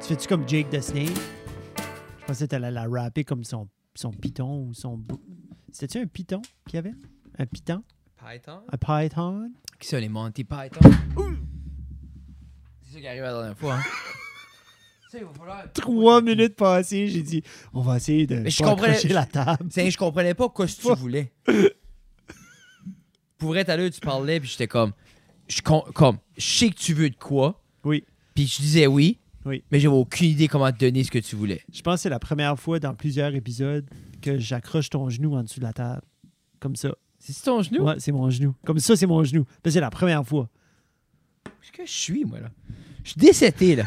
Tu fais-tu comme Jake the Snake? Je pensais que t'allais la rapper comme son, son python ou son... bou- C'était-tu un python qu'il y avait? Un python? Python? Un python? Qui ça, les Monty Python? C'est ça qui arrive la dernière fois. hein. Ça, il va falloir- Trois minutes passées, j'ai dit, on va essayer de Mais je pas comprenais- accrocher la table. C'est- je comprenais pas quoi ce que tu voulais. Pour être à l'heure, tu parlais, puis j'étais comme, je, com- comme, je sais que tu veux de quoi, Oui. puis je disais oui, Oui. mais j'avais aucune idée comment te donner ce que tu voulais. Je pense que c'est la première fois dans plusieurs épisodes que j'accroche ton genou en dessous de la table. Comme ça. C'est ton genou? Ouais, c'est mon genou. Comme ça, c'est mon genou. Parce que c'est la première fois. Où est-ce que je suis, moi, là? Je suis décété, là.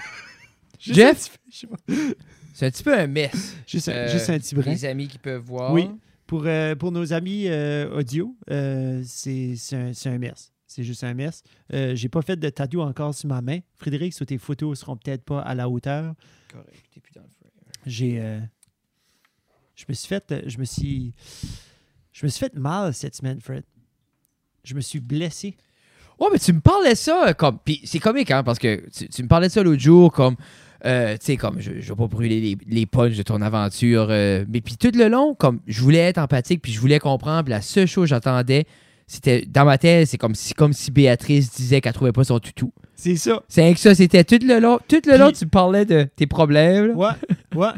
Juste Jeff? un petit- je sais pas. C'est un petit peu un mess. Juste, un- Euh, juste un petit brin. Les amis qui peuvent voir. Oui. Pour, euh, pour nos amis euh, audio, euh, c'est c'est un, c'est un mess. C'est juste un mess. Euh, J'ai pas fait de tatou encore sur ma main. Frédéric, sur tes photos seront peut-être pas à la hauteur. Correct, t'es plus dans le frame. J'ai. euh, je me suis fait. euh, Je me suis. Je me suis fait mal cette semaine, Fred. Je me suis blessé. Ouais, mais tu me parlais ça euh, comme. Puis c'est comique, hein, parce que tu, tu me parlais de ça l'autre jour, comme. euh, tu sais, comme, je, je vais pas brûler les, les punchs de ton aventure. euh, mais puis tout le long, comme, je voulais être empathique, puis je voulais comprendre. puis la seule chose que j'attendais, c'était. Dans ma tête, c'est comme si, comme si Béatrice disait qu'elle trouvait pas son toutou. C'est ça. C'est rien que ça, c'était tout le long. Tout le long, Puis- tu me parlais de tes problèmes. là. Ouais, ouais.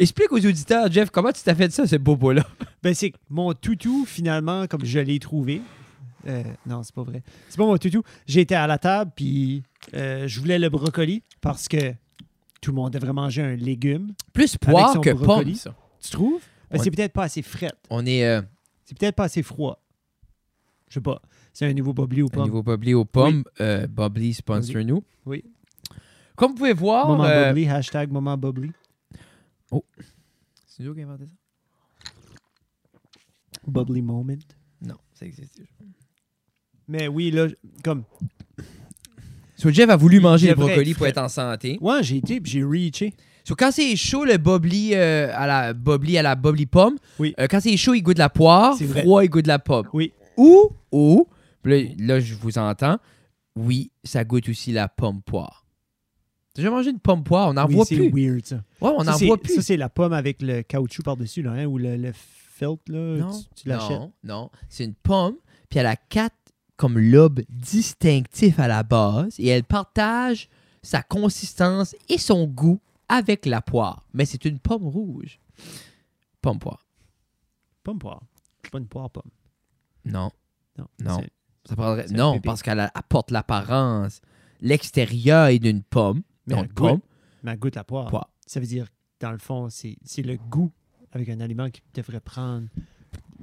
Explique aux auditeurs, Jeff, comment tu t'as fait ça, ce bobo-là? Ben, c'est que mon toutou, finalement, comme je l'ai trouvé. euh, non, c'est pas vrai. C'est pas mon toutou. J'étais à la table, puis euh, je voulais le brocoli parce que tout le monde devrait manger un légume. Plus son poire que pomme, brocoli. ça. Tu trouves? Ben, Ouais. C'est peut-être pas assez fret. On est euh, C'est peut-être pas assez froid. Je sais pas. C'est un nouveau bobli ou au pas. niveau Bubbly aux pommes. Euh, Bubbly, sponsor nous. Oui. Comme vous pouvez voir. Moment euh, bobli, hashtag moment bobli. C'est nous qui a inventé ça? Bubbly moment. Non, ça existe. Mais oui, là, comme. So, Jeff a voulu manger le devrait brocoli être pour frais. être en santé. Ouais, j'ai été, puis j'ai reaché. So, quand c'est chaud, le bubbly, euh, à la bubbly à la bubbly pomme. Oui. Euh, quand c'est chaud, il goûte la poire. C'est vrai. Froid, il goûte la pomme. Oui. Ou, ou, puis là, là, je vous entends. Oui, ça goûte aussi la pomme poire. T'as déjà mangé une pomme poire? On n'en Oui, voit c'est plus. weird, ça. Ouais, on Ça, n'en c'est- voit Ça, plus. c'est la pomme avec le caoutchouc par-dessus, là, hein, ou le, le felt, là. non, Euh, tu- tu l'achètes. non, non. C'est une pomme, puis elle a quatre comme lobes distinctifs à la base, et elle partage sa consistance et son goût avec la poire. Mais c'est une pomme rouge. Pomme poire. Pomme poire. C'est pas une poire pomme. Non, Non. Non. c'est- ça prendrait. C'est un Non, pépé. parce qu'elle apporte l'apparence, l'extérieur est d'une pomme. Mais donc elle pomme, goûte, mais elle goûte la poire. poire. Ça veut dire, dans le fond, c'est c'est le goût avec un aliment qui devrait prendre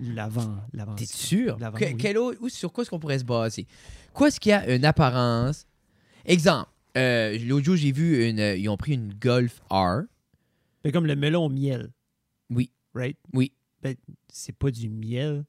l'avant. l'avant T'es sûr? L'avant, Que- oui. quel autre- ou sur quoi est-ce qu'on pourrait se baser? Quoi est-ce qu'il y a une apparence? Exemple, euh, l'autre jour, j'ai vu une. euh, ils ont pris une Golf R. Mais Ben, comme le melon au miel. Oui. Right? Oui. Ben, c'est pas du miel.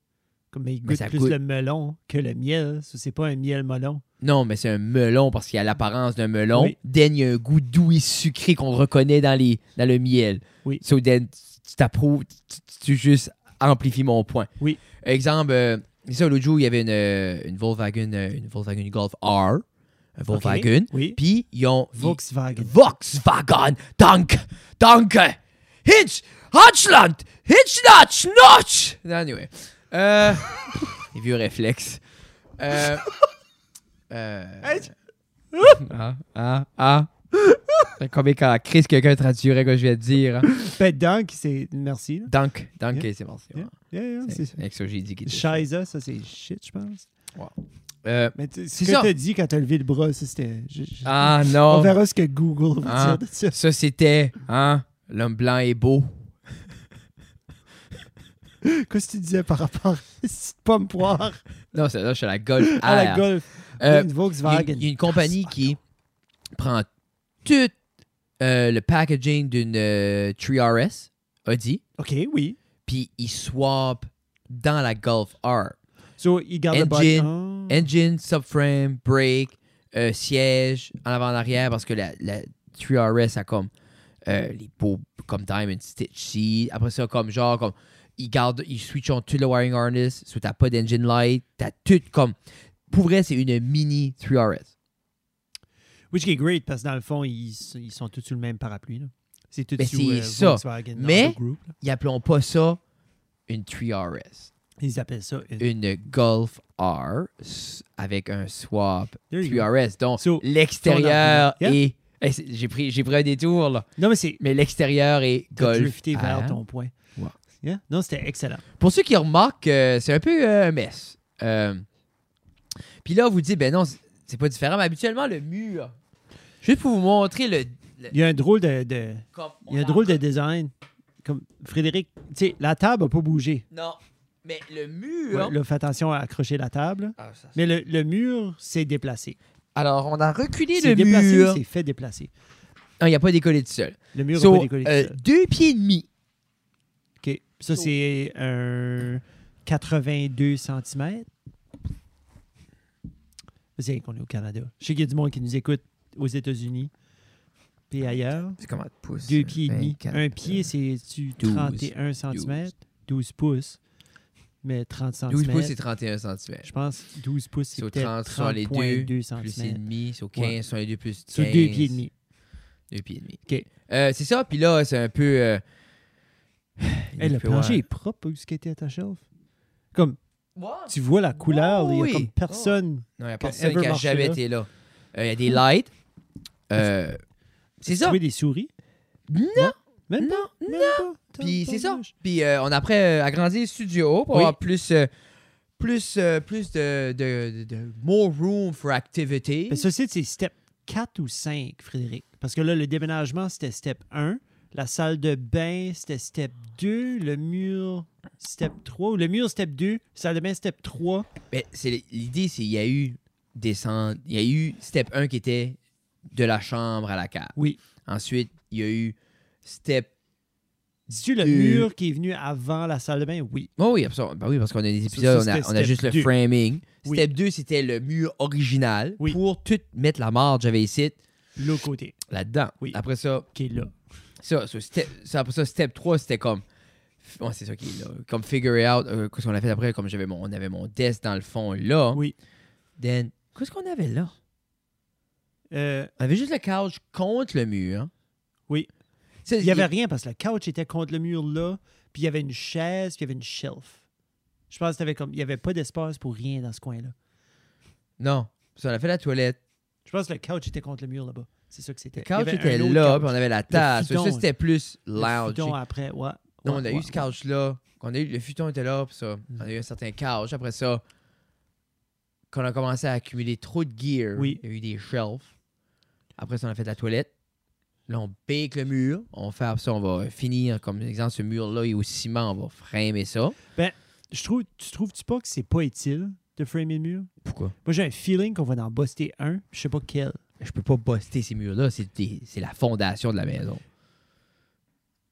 Comme mais il Mais goûte ça plus goûte. le melon que le miel. Ça, C'est pas un miel melon. Non, mais c'est un melon parce qu'il a l'apparence d'un melon. Oui. Then, il y a un goût doux et sucré qu'on reconnaît dans, les, dans le miel. Oui. So, then, tu t'approuves, tu, tu- tu juste amplifies mon point. Oui. Exemple, euh, c'est ça, l'autre jour, il y avait une, euh, une Volkswagen, euh, une Volkswagen Golf R, un Volkswagen. Ok? Oui. Puis, ils ont... ils- Volkswagen. Volkswagen, danke, danke. Hitch, Hotchland, Hitch, Notch, Notch. Anyway. Euh, les vieux réflexes. Euh, euh, Hitch. ah, ah, ah. C'est comique quand Chris, quelqu'un traduirait ce que je viens de dire. hein. Ben, donc, c'est. Merci. là. Dank, danke, Yeah. c'est bon. c'est Yeah, bon. Yeah, yeah, C'est c'est c'est avec ça que j'ai dit qu'il était- Shiza, ça, c'est shit, je pense. Euh, Mais tu- ce C'est que ça. t'as dit quand t'as levé le bras, ça, c'était. je- je- ah On non. verra ce que Google va Ah. dire de ça. Ça, c'était, hein, l'homme blanc est beau. Qu'est-ce que tu disais par rapport à cette pomme poire Non, c'est là, je suis à la Golf à la R. Golf? Euh, une Il y a une- Volkswagen. Ah, Il y a une compagnie qui prend tout euh, le packaging d'une euh, 3RS, Audi, OK, oui. puis ils swap dans la Golf R. So, il garde le body. Ah. Engine, subframe, brake, euh, siège, en avant, en arrière, parce que la, la 3RS a comme euh, les beaux, comme Diamond Stitch ici. Après ça, comme genre, comme ils gardent, ils switchent tout le wiring harness, so t'as pas d'engine light, t'as tout comme. Pour vrai, c'est une mini 3RS. Which is great parce que dans le fond, ils, s- ils sont tous sous le même parapluie. là. C'est tout Ben, sous c'est euh, ça. Volkswagen dans Mais- le groupe. là. Ils appelons pas ça une 3RS. Ils appellent ça euh, une- Une Golf R s- avec un swap There you go. 3RS. Donc, So, l'extérieur ton argument. est... Eh, c'est- J'ai pris, j'ai pris un détour, là. Non, mais c'est. Mais l'extérieur est T'as Golf drifté vers R. ton point. Ouais. Yeah? Non, c'était excellent. Pour ceux qui remarquent, euh, c'est un peu euh, un mess. Euh, Puis là, on vous dit, ben non, c'est- c'est pas différent. Mais habituellement, le mur, juste pour vous montrer le... le- Il y a un drôle de. de- comme il y a un on drôle en- de design. Comme Frédéric, tu sais, la table n'a pas bougé. Non, mais le Ouais, mur... là, fais attention à accrocher la table. Ah, ça, c'est- Mais le, le mur s'est déplacé. Alors, on a reculé C'est le déplacé, mur. c'est fait déplacer. Non, il n'a pas décollé tout seul. Le mur n'a So, pas décollé. tout euh, seul. deux pieds et demi. OK. Ça, so- c'est un 82 cm. C'est qu'on est au Canada. Je sais qu'il y a du monde qui nous écoute aux États-unis et ailleurs. C'est comment de pouces? Deux pieds et demi. 24, Un pied, c'est-tu 12, 31 cm? 12 pouces. Mais 30 cm. 12 pouces, c'est 31 cm. Je pense 12 pouces, c'est So, peut-être 30 sur les 30.2 deux, Plus et cm. demi, sur Ouais. 15, sur les deux plus 15. Sur deux pieds et demi. Deux pieds et demi. OK. Euh, c'est ça, puis là, c'est un peu... euh, Hey, le il fait, plancher ouais. est propre où ce qui était à ta shelf. Comme Ouais. tu vois la couleur, il y oui. a comme personne. Non, il n'y a qui a personne ever qui a marché jamais là. été là. Euh, Il y a des lights. Euh, c'est Tu ça. vois des souris. Non, Même non. pas. Même pas. T'as Puis pas c'est ça. de- Puis euh, on a après euh, agrandi le studio pour Oui. avoir plus, euh, plus, euh, plus de, de, de- de- more room for activity. Mais ceci, Ben, c'est step 4 ou 5, Frédéric. Parce que là, le déménagement, c'était step 1. La salle de bain, c'était step 2. Le mur, step 3. Le mur, step 2. Salle de bain, step 3. Mais c'est l'idée, c'est qu'il y a eu descente. Il y a eu step 1 qui était de la chambre à la cave. Oui. Ensuite, il y a eu step. Dis-tu le Deux. mur qui est venu avant la salle de bain? Oui. Oh oui, absolument. Ben oui, parce qu'on a des ça, épisodes, on a- c'était on, a, step juste le deux. framing. Oui. Step 2, c'était le mur original Oui. pour tout mettre la marge, j'avais ici, L'autre côté, là-dedans. Oui. Après ça, qui est là. Ça, so step, ça, après ça, step 3, c'était comme. Ouais, c'est ça qui est là. Comme figure it out. euh, qu'est-ce qu'on a fait après? Comme j'avais mon, on avait mon desk dans le fond là. Oui. Then, qu'est-ce qu'on avait là? Euh, On avait juste le couch contre le mur. Oui. Ça, il n'y avait rien parce que la couch était contre le mur là. Puis il y avait une chaise, puis il y avait une shelf. Je pense que t'avais comme. Il n'y avait pas d'espace pour rien dans ce coin-là. Non. Ça, on a fait la toilette. Je pense que le couch était contre le mur là-bas. C'est ça que c'était. Le Il y couch avait un était autre là, couch. puis on avait la tasse. futon, ça, c'était plus Le lounge. futon après, ouais. Non, Ouais, on a ouais, eu ce couch-là. qu'on a eu, le futon était là, puis ça. Mm. On a eu un certain couch. Après ça, quand on a commencé à accumuler trop de gear, Oui. il y a eu des shelves. Après ça, on a fait de la toilette. Là, on bake le mur. On fait après ça, on va finir, comme exemple, ce mur-là, il est au ciment, on va framer ça. Je trouve, tu trouves-tu pas que c'est pas utile de framer le mur? Pourquoi? Moi, j'ai un feeling qu'on va en bosser un, je sais pas quel. Je peux pas buster ces murs-là. C'est des- c'est la fondation de la maison.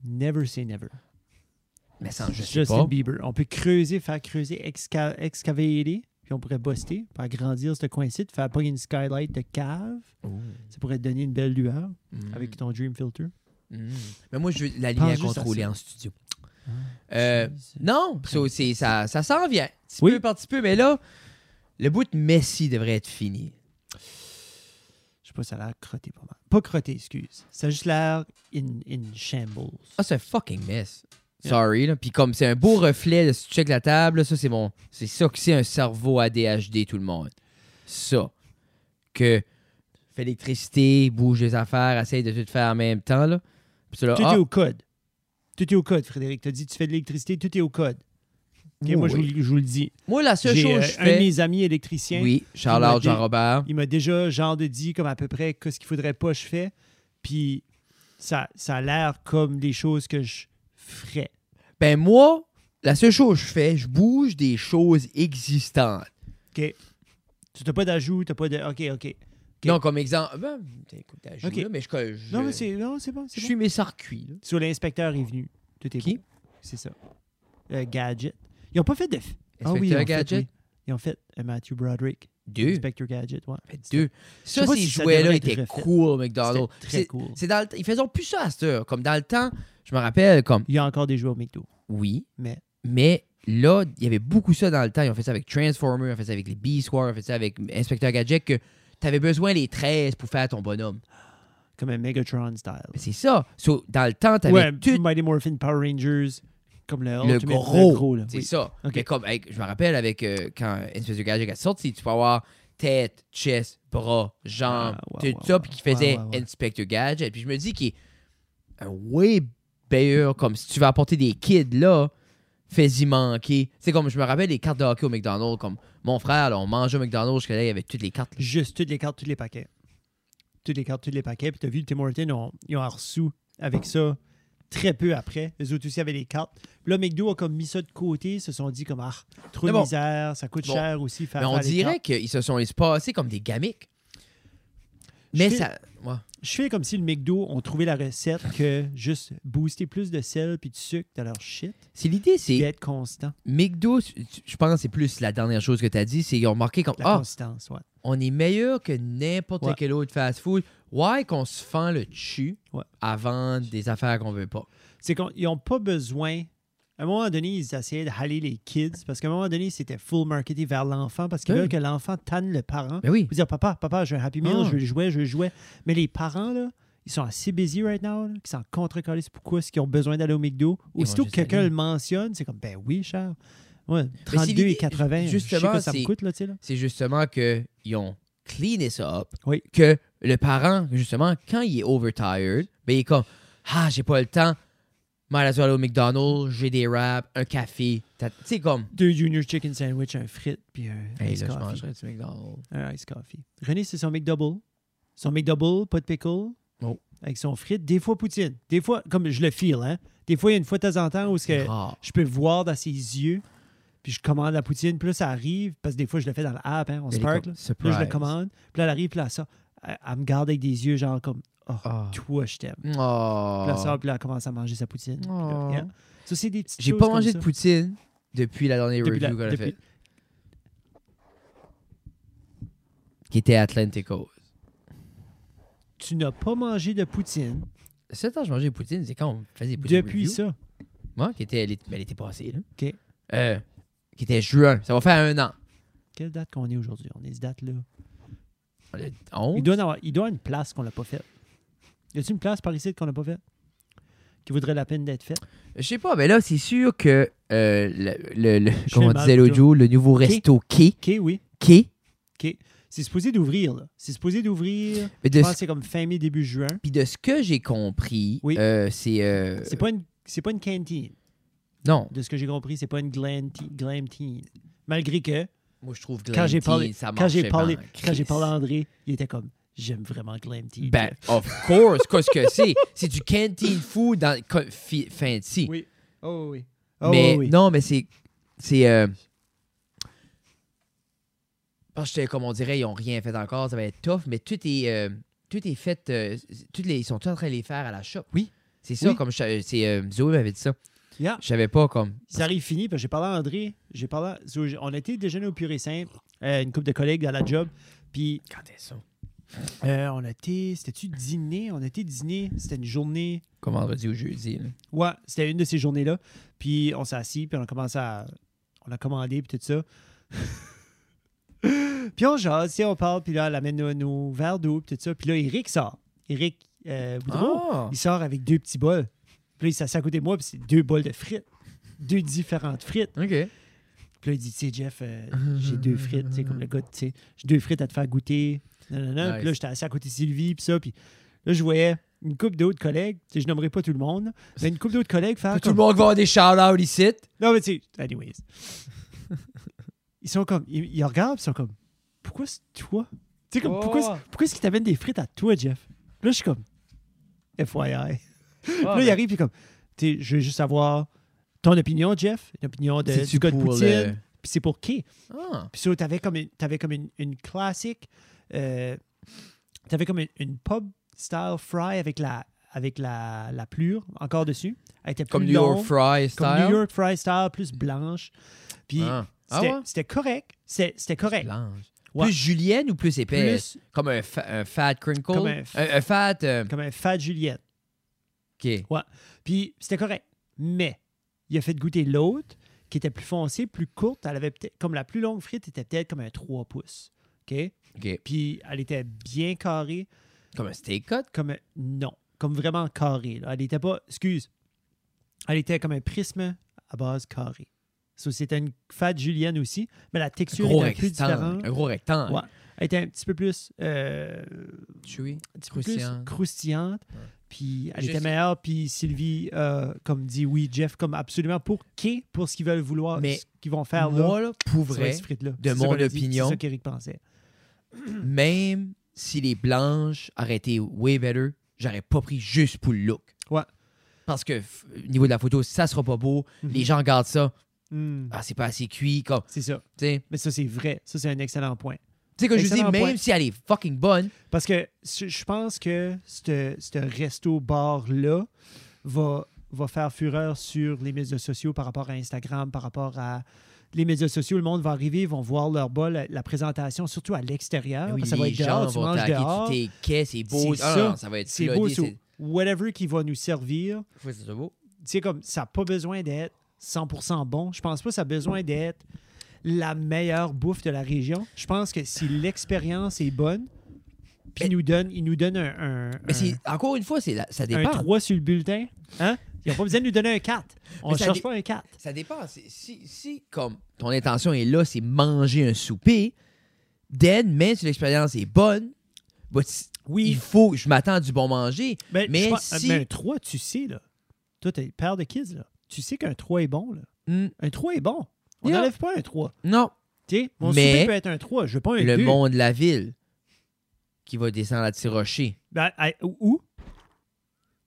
Never say never. Mais ça, je sais Justin pas. Bieber. On peut creuser, faire creuser, exca- excavater, puis on pourrait bosser, pour agrandir ce coin-ci, te faire pas une skylight de cave. Ouh. Ça pourrait te donner une belle lueur Mm. avec ton dream filter. Mm. Mais moi, je veux la Pense lumière juste à contrôlée ça. en studio. Euh, Jeez. Non, so, c'est- ça, ça s'en vient. Petit Oui. peu par petit peu, mais là, le bout de Messi devrait être fini. Je sais pas, ça a l'air crotté pas mal. Pas crotté, excuse. Ça a juste l'air in, in shambles. Ah, c'est un fucking mess. Yeah. Sorry, là. Puis comme c'est un beau reflet, là, si tu check la table, là, ça, c'est mon... C'est ça que c'est un cerveau ADHD, tout le monde. Ça. Que... Fais l'électricité, bouge les affaires, essaye de tout faire en même temps, là. Puis ça, là, Tout ah, est au code. Tout est au code, Frédéric. Tu as dit tu fais de l'électricité, tout est au code. Ok, Oui, moi, je, Oh, oui. vous, je vous le dis. moi, la seule J'ai chose euh, que je un de fais... mes amis électriciens. Oui, m'a Charles dit- Jean-Robert. Il m'a déjà genre de dit comme à peu près qu'est-ce qu'il faudrait pas que je fais. Puis ça, ça a l'air comme des choses que je ferais. Ben moi, la seule chose que je fais, je bouge des choses existantes. Tu n'as pas d'ajout, tu pas de... OK, OK. Ok. Non, comme exemple. Ben, t'as- écoute, t'as joué, Ok. là, mais je, je- Non, mais c'est non, c'est bon. je c'est bon. suis mes circuits. là. Sur l'inspecteur est venu. Tout est Qui? beau. C'est ça. Euh, gadget. Ils ont pas fait de... f- Ah oui, ils ont Inspecteur fait, Gadget, oui. Ils ont fait euh, Matthew Broderick. deux. Inspector Gadget, ouais. deux. Je sais Ça, pas ces si ça jouets-là devrait être étaient refait. cool, C'était McDonald's. très C'est- cool. C'est dans le t- Ils faisaient plus ça à cette heure. Comme dans le temps, je me rappelle, comme, Il y a encore des joueurs au McDo. oui, Mais mais là, il y avait beaucoup ça dans le temps. Ils ont fait ça avec Transformers, ils ont fait ça avec les Beast Wars, ils ont fait ça avec Inspecteur Gadget, que t'avais besoin des 13 pour faire ton bonhomme. Comme un Megatron style. Mais c'est ça. So, dans le temps, t'avais Ouais, tout Mighty Morphin Power Rangers, comme le, le Ultimate- gros. le gros, là, C'est oui. ça. Ok. Mais comme, hey, je me rappelle avec euh, quand Inspector Gadget a sorti, tu peux avoir tête, chest, bras, jambes, Ah, ouais, tout ouais, ça, ouais, puis qui faisait ouais, ouais, ouais. Inspector Gadget. Puis je me dis qu'il est un way meilleur, comme si tu veux apporter des kids là, fais-y manquer. C'est comme, je me rappelle les cartes de hockey au McDonald's, comme mon frère, là, on mangeait au McDonald's, jusqu'à là, il y avait toutes les cartes. là. Juste toutes les cartes, tous les paquets. Toutes les cartes, tous les paquets. Puis t'as vu, le Tim Hortons, on- ils ont reçu avec ça très peu après. Les autres aussi avaient des cartes. Puis là, McDo a comme mis ça de côté. Ils se sont dit comme, ah, trop Mais de bon. misère, ça coûte Bon. cher aussi. Faire, Mais on faire les dirait cartes. qu'ils se sont espacés comme des gamiques. Mais Je fais- ça. ouais. Je fais comme si le McDo ont trouvé la recette que juste booster plus de sel puis de sucre dans leur shit. C'est l'idée, c'est. Puis être constant. McDo, tu- tu- je pense que c'est plus la dernière chose que tu as dit, c'est qu'ils ont marqué comme La Ah, consistance, ouais. on est meilleur que n'importe Ouais. quel autre fast-food. Ouais, qu'on se fend le chu Ouais. avant des affaires qu'on veut pas. c'est qu'ils n'ont pas besoin. À un moment donné, ils essayaient de haler les kids parce qu'à un moment donné, c'était full marketing vers l'enfant parce qu'ils Oui. veulent que l'enfant tanne le parent. Mais oui. Vous dire, Ah, papa, papa, j'ai un Happy Meal, Ah. je veux le jouer, je veux le jouer. Mais les parents, là, ils sont assez busy right now, là, qu'ils sont contre c'est pourquoi est-ce qu'ils ont besoin d'aller au McDo. Ils Aussitôt vont que juste quelqu'un aller. le mentionne, c'est comme, ben oui, cher. Ouais, c'est 32 l'idée, et 80, je sais justement, pas ça me c'est- coûte, là, tu sais, là. C'est justement qu'ils ont cleané ça up. Oui. Que le parent, justement, quand il est overtired, ben il est comme Ah, j'ai pas le temps, mal à aller au McDonald's, j'ai des wraps, un café. T'as- Tu sais, comme Deux Junior Chicken Sandwich, un frite, puis un Hey, ice là, je coffee. mangerais du McDonald's. Un ice coffee. René, c'est son McDouble. Son McDouble, pas de pickle. Non. Avec son frite. Des fois, poutine. Des fois, comme je le feel, hein. Des fois, il y a une fois de temps en temps où ce C'est que rare. je peux voir dans ses yeux, puis je commande la poutine, puis là, ça arrive, parce que des fois, je le fais dans l'app, hein, on Mais spark, là. Puis comme, là, je le surprise. commande, puis là, elle arrive, puis là, ça, elle, elle me garde avec des yeux, genre comme, oh, Ah. toi, je t'aime. Oh. Puis là, elle sort, puis là, elle commence à manger sa poutine. Puis là, Oh. yeah. Ça, c'est des petites J'ai choses pas comme mangé ça. de poutine depuis la dernière Depuis la- review qu'on a depuis- faite, qui était Atlantic Ocean. Tu n'as pas mangé de poutine Le seul temps que je mangeais de poutine, c'est quand on faisait des poutines depuis review. ça. Moi, qui était, elle, est- ben, elle était passée, là. OK. Euh, qui était juin. Ça va faire un an. Quelle date qu'on est aujourd'hui? On est cette date-là. On est 11. Il doit, y en avoir, il doit y avoir une place qu'on n'a pas faite. Y a-t-il une place par ici qu'on n'a pas faite? Qui vaudrait la peine d'être faite? Je sais pas, mais là, c'est sûr que, euh, le, le- le- Je comme fais on mal, disait l'autre plutôt. jour, le nouveau resto K, OK, oui. K, C'est supposé d'ouvrir, là. C'est supposé d'ouvrir. Je mais de, pense que ce- c'est comme fin mai, début juin. puis de ce que j'ai compris, Oui. euh, c'est... euh, C'est pas une. C'est pas une cantine. Non, De ce que j'ai compris, c'est pas une glam, te- glam teen. Malgré que, moi, je trouve que quand j'ai parlé, ça quand j'ai marchait parlé, pas en quand j'ai crise. parlé à André, il était comme, j'aime vraiment glam teen. Ben, of course, qu'est-ce que c'est? C'est du canteen food dans co- fi- fancy. Oui. Oh oui. Oh, mais oui. non, mais c'est. C'est. euh, Parce que, comme on dirait, ils n'ont rien fait encore, ça va être tough, mais tout est, euh, tout est fait. euh, toutes les, ils sont tous en train de les faire à la shop. Oui. C'est ça, Oui. comme. je- C'est, euh, Zoé m'avait dit ça. Yeah. Je savais pas, comme. Ça arrive fini, parce que j'ai parlé à André, j'ai parlé, à- so, j'ai- on était déjeuner au pur et simple, euh, une couple de collègues dans la job, puis Quand est ça? Euh, on a été. C'était-tu dîner? On a été dîner. C'était une journée. Comme vendredi ou jeudi. là. Ouais, c'était une de ces journées-là. Puis on s'est assis, puis on a commencé à. On a commandé, puis tout ça. puis on jase, tu sais, on parle, puis là, elle amène nos, nos verres d'eau, puis tout ça. Puis là, Eric sort. Eric euh, Boudreau, Ah! il sort avec deux petits bols. Puis là, il s'assied à côté de moi, puis c'est deux bols de frites. Deux différentes frites. OK. Puis là, il dit, tu sais, Jeff, euh, Hum, j'ai deux frites, tu sais, comme le gars, tu sais, j'ai deux frites à te faire goûter. nanana. Nice. Puis là, j'étais assis à côté de Sylvie, puis ça, puis là, je voyais une couple d'autres collègues, tu sais, je nommerai pas tout le monde, mais une couple d'autres collègues faire Tout Ah, le comme... monde va avoir des shout-outs ici. Non, mais tu sais, anyways. ils sont comme, ils, ils regardent, puis ils sont comme, pourquoi c'est toi? Tu sais, comme, Oh. pourquoi, c'est- pourquoi est-ce qu'ils t'amènent des frites à toi, Jeff? Là, je suis comme, Ah, FYI. Puis ben. là, il arrive, puis comme, tu sais, je veux juste savoir ton opinion, Jeff, l'opinion de, du gars de Poutine, puis c'est pour qui? Ah! Puis ça, t'avais comme une, t'avais comme une, une classique, euh, t'avais comme une, une pub style fry avec la, avec la, la plure encore dessus. Elle était plus Comme New York longue, Fry style. comme New York fry style, plus blanche. Puis Ah, Ah c'était, ouais? c'était correct, c'était, c'était correct. Blanche. Ouais. Plus julienne ou plus épaisse? Plus Comme un, fa- un fat crinkle? Comme un un, f- un fat... euh, comme un fat Juliette. OK. Puis c'était correct. Mais il a fait goûter l'autre qui était plus foncée, plus courte. Elle avait peut-être, comme la plus longue frite était peut-être comme un 3 pouces. OK? OK. Puis elle était bien carrée, Comme un steak cut? comme. Non, comme vraiment carrée. là. Elle n'était pas. Excuse. Elle était comme un prisme à base carrée. So, c'était une fat julienne aussi, mais la texture Gros était un peu différente. rectangle. Un gros rectangle. Ouais. Elle était un petit peu plus. euh, Chewy. un petit peu plus Croustillante. croustillante. Ouais. Puis elle Je était sais- meilleure. Puis Sylvie, euh, comme dit oui, Jeff, comme absolument pour qui, pour ce qu'ils veulent vouloir, Mais ce qu'ils vont faire là. Moi, là, pour sur vrai, cette frite-là. de C'est ça mon qu'on a dit, opinion- C'est ça qu'Éric pensait. même si les blanches auraient été way better, j'aurais pas pris juste pour le look. Ouais. Parce que f- au niveau de la photo, ça sera pas beau. Mhm. Les gens regardent ça. Hmm, Ah, c'est pas assez cuit. Comme, C'est ça. tu sais, Mais ça, c'est vrai. Ça, c'est un excellent point. Tu sais que je dis, Excellent même point. si elle est fucking bonne, Parce que je je pense que ce ce resto-bar-là va, va faire fureur sur les médias sociaux par rapport à Instagram, par rapport à les médias sociaux. Le monde va arriver, ils vont voir leur bol, la- la présentation, surtout à l'extérieur. oui, Ah, parce que ça va les être dehors, gens tu vont manges taquer dehors. tous tes quais, c'est beau. C'est Ah, ça. non, ça va être C'est flotté, beau, so c'est- whatever qui va nous servir, Faut que ça soit beau. c'est comme ça n'a pas besoin d'être 100% bon. Je pense pas que ça a besoin d'être la meilleure bouffe de la région. Je pense que si l'expérience est bonne, puis Mais- il nous donne, il nous donne un, un, Mais un, c'est- encore une fois, c'est la- ça un dépend. 3 sur le bulletin, hein? ils n'ont pas besoin de nous donner un 4. On Mais ne ça change dé- pas un 4. Ça dépend. C'est- Si, si, comme ton intention est là, c'est manger un souper, dead, mais si l'expérience est bonne, bah, si- il Oui, faut, je m'attends à du bon manger. mais, mais ben, je pense- si- mais un 3, tu sais, là. Toi, t'es père de kids, là. Tu sais qu'un 3 est bon, là. Hmm, Un 3 est bon. On Yeah. n'enlève pas un 3. non, Tu sais, mon Mais- souper peut être un 3, je veux pas un le 2. monde de la ville qui va descendre à Tirocher. Ben, à- où- où?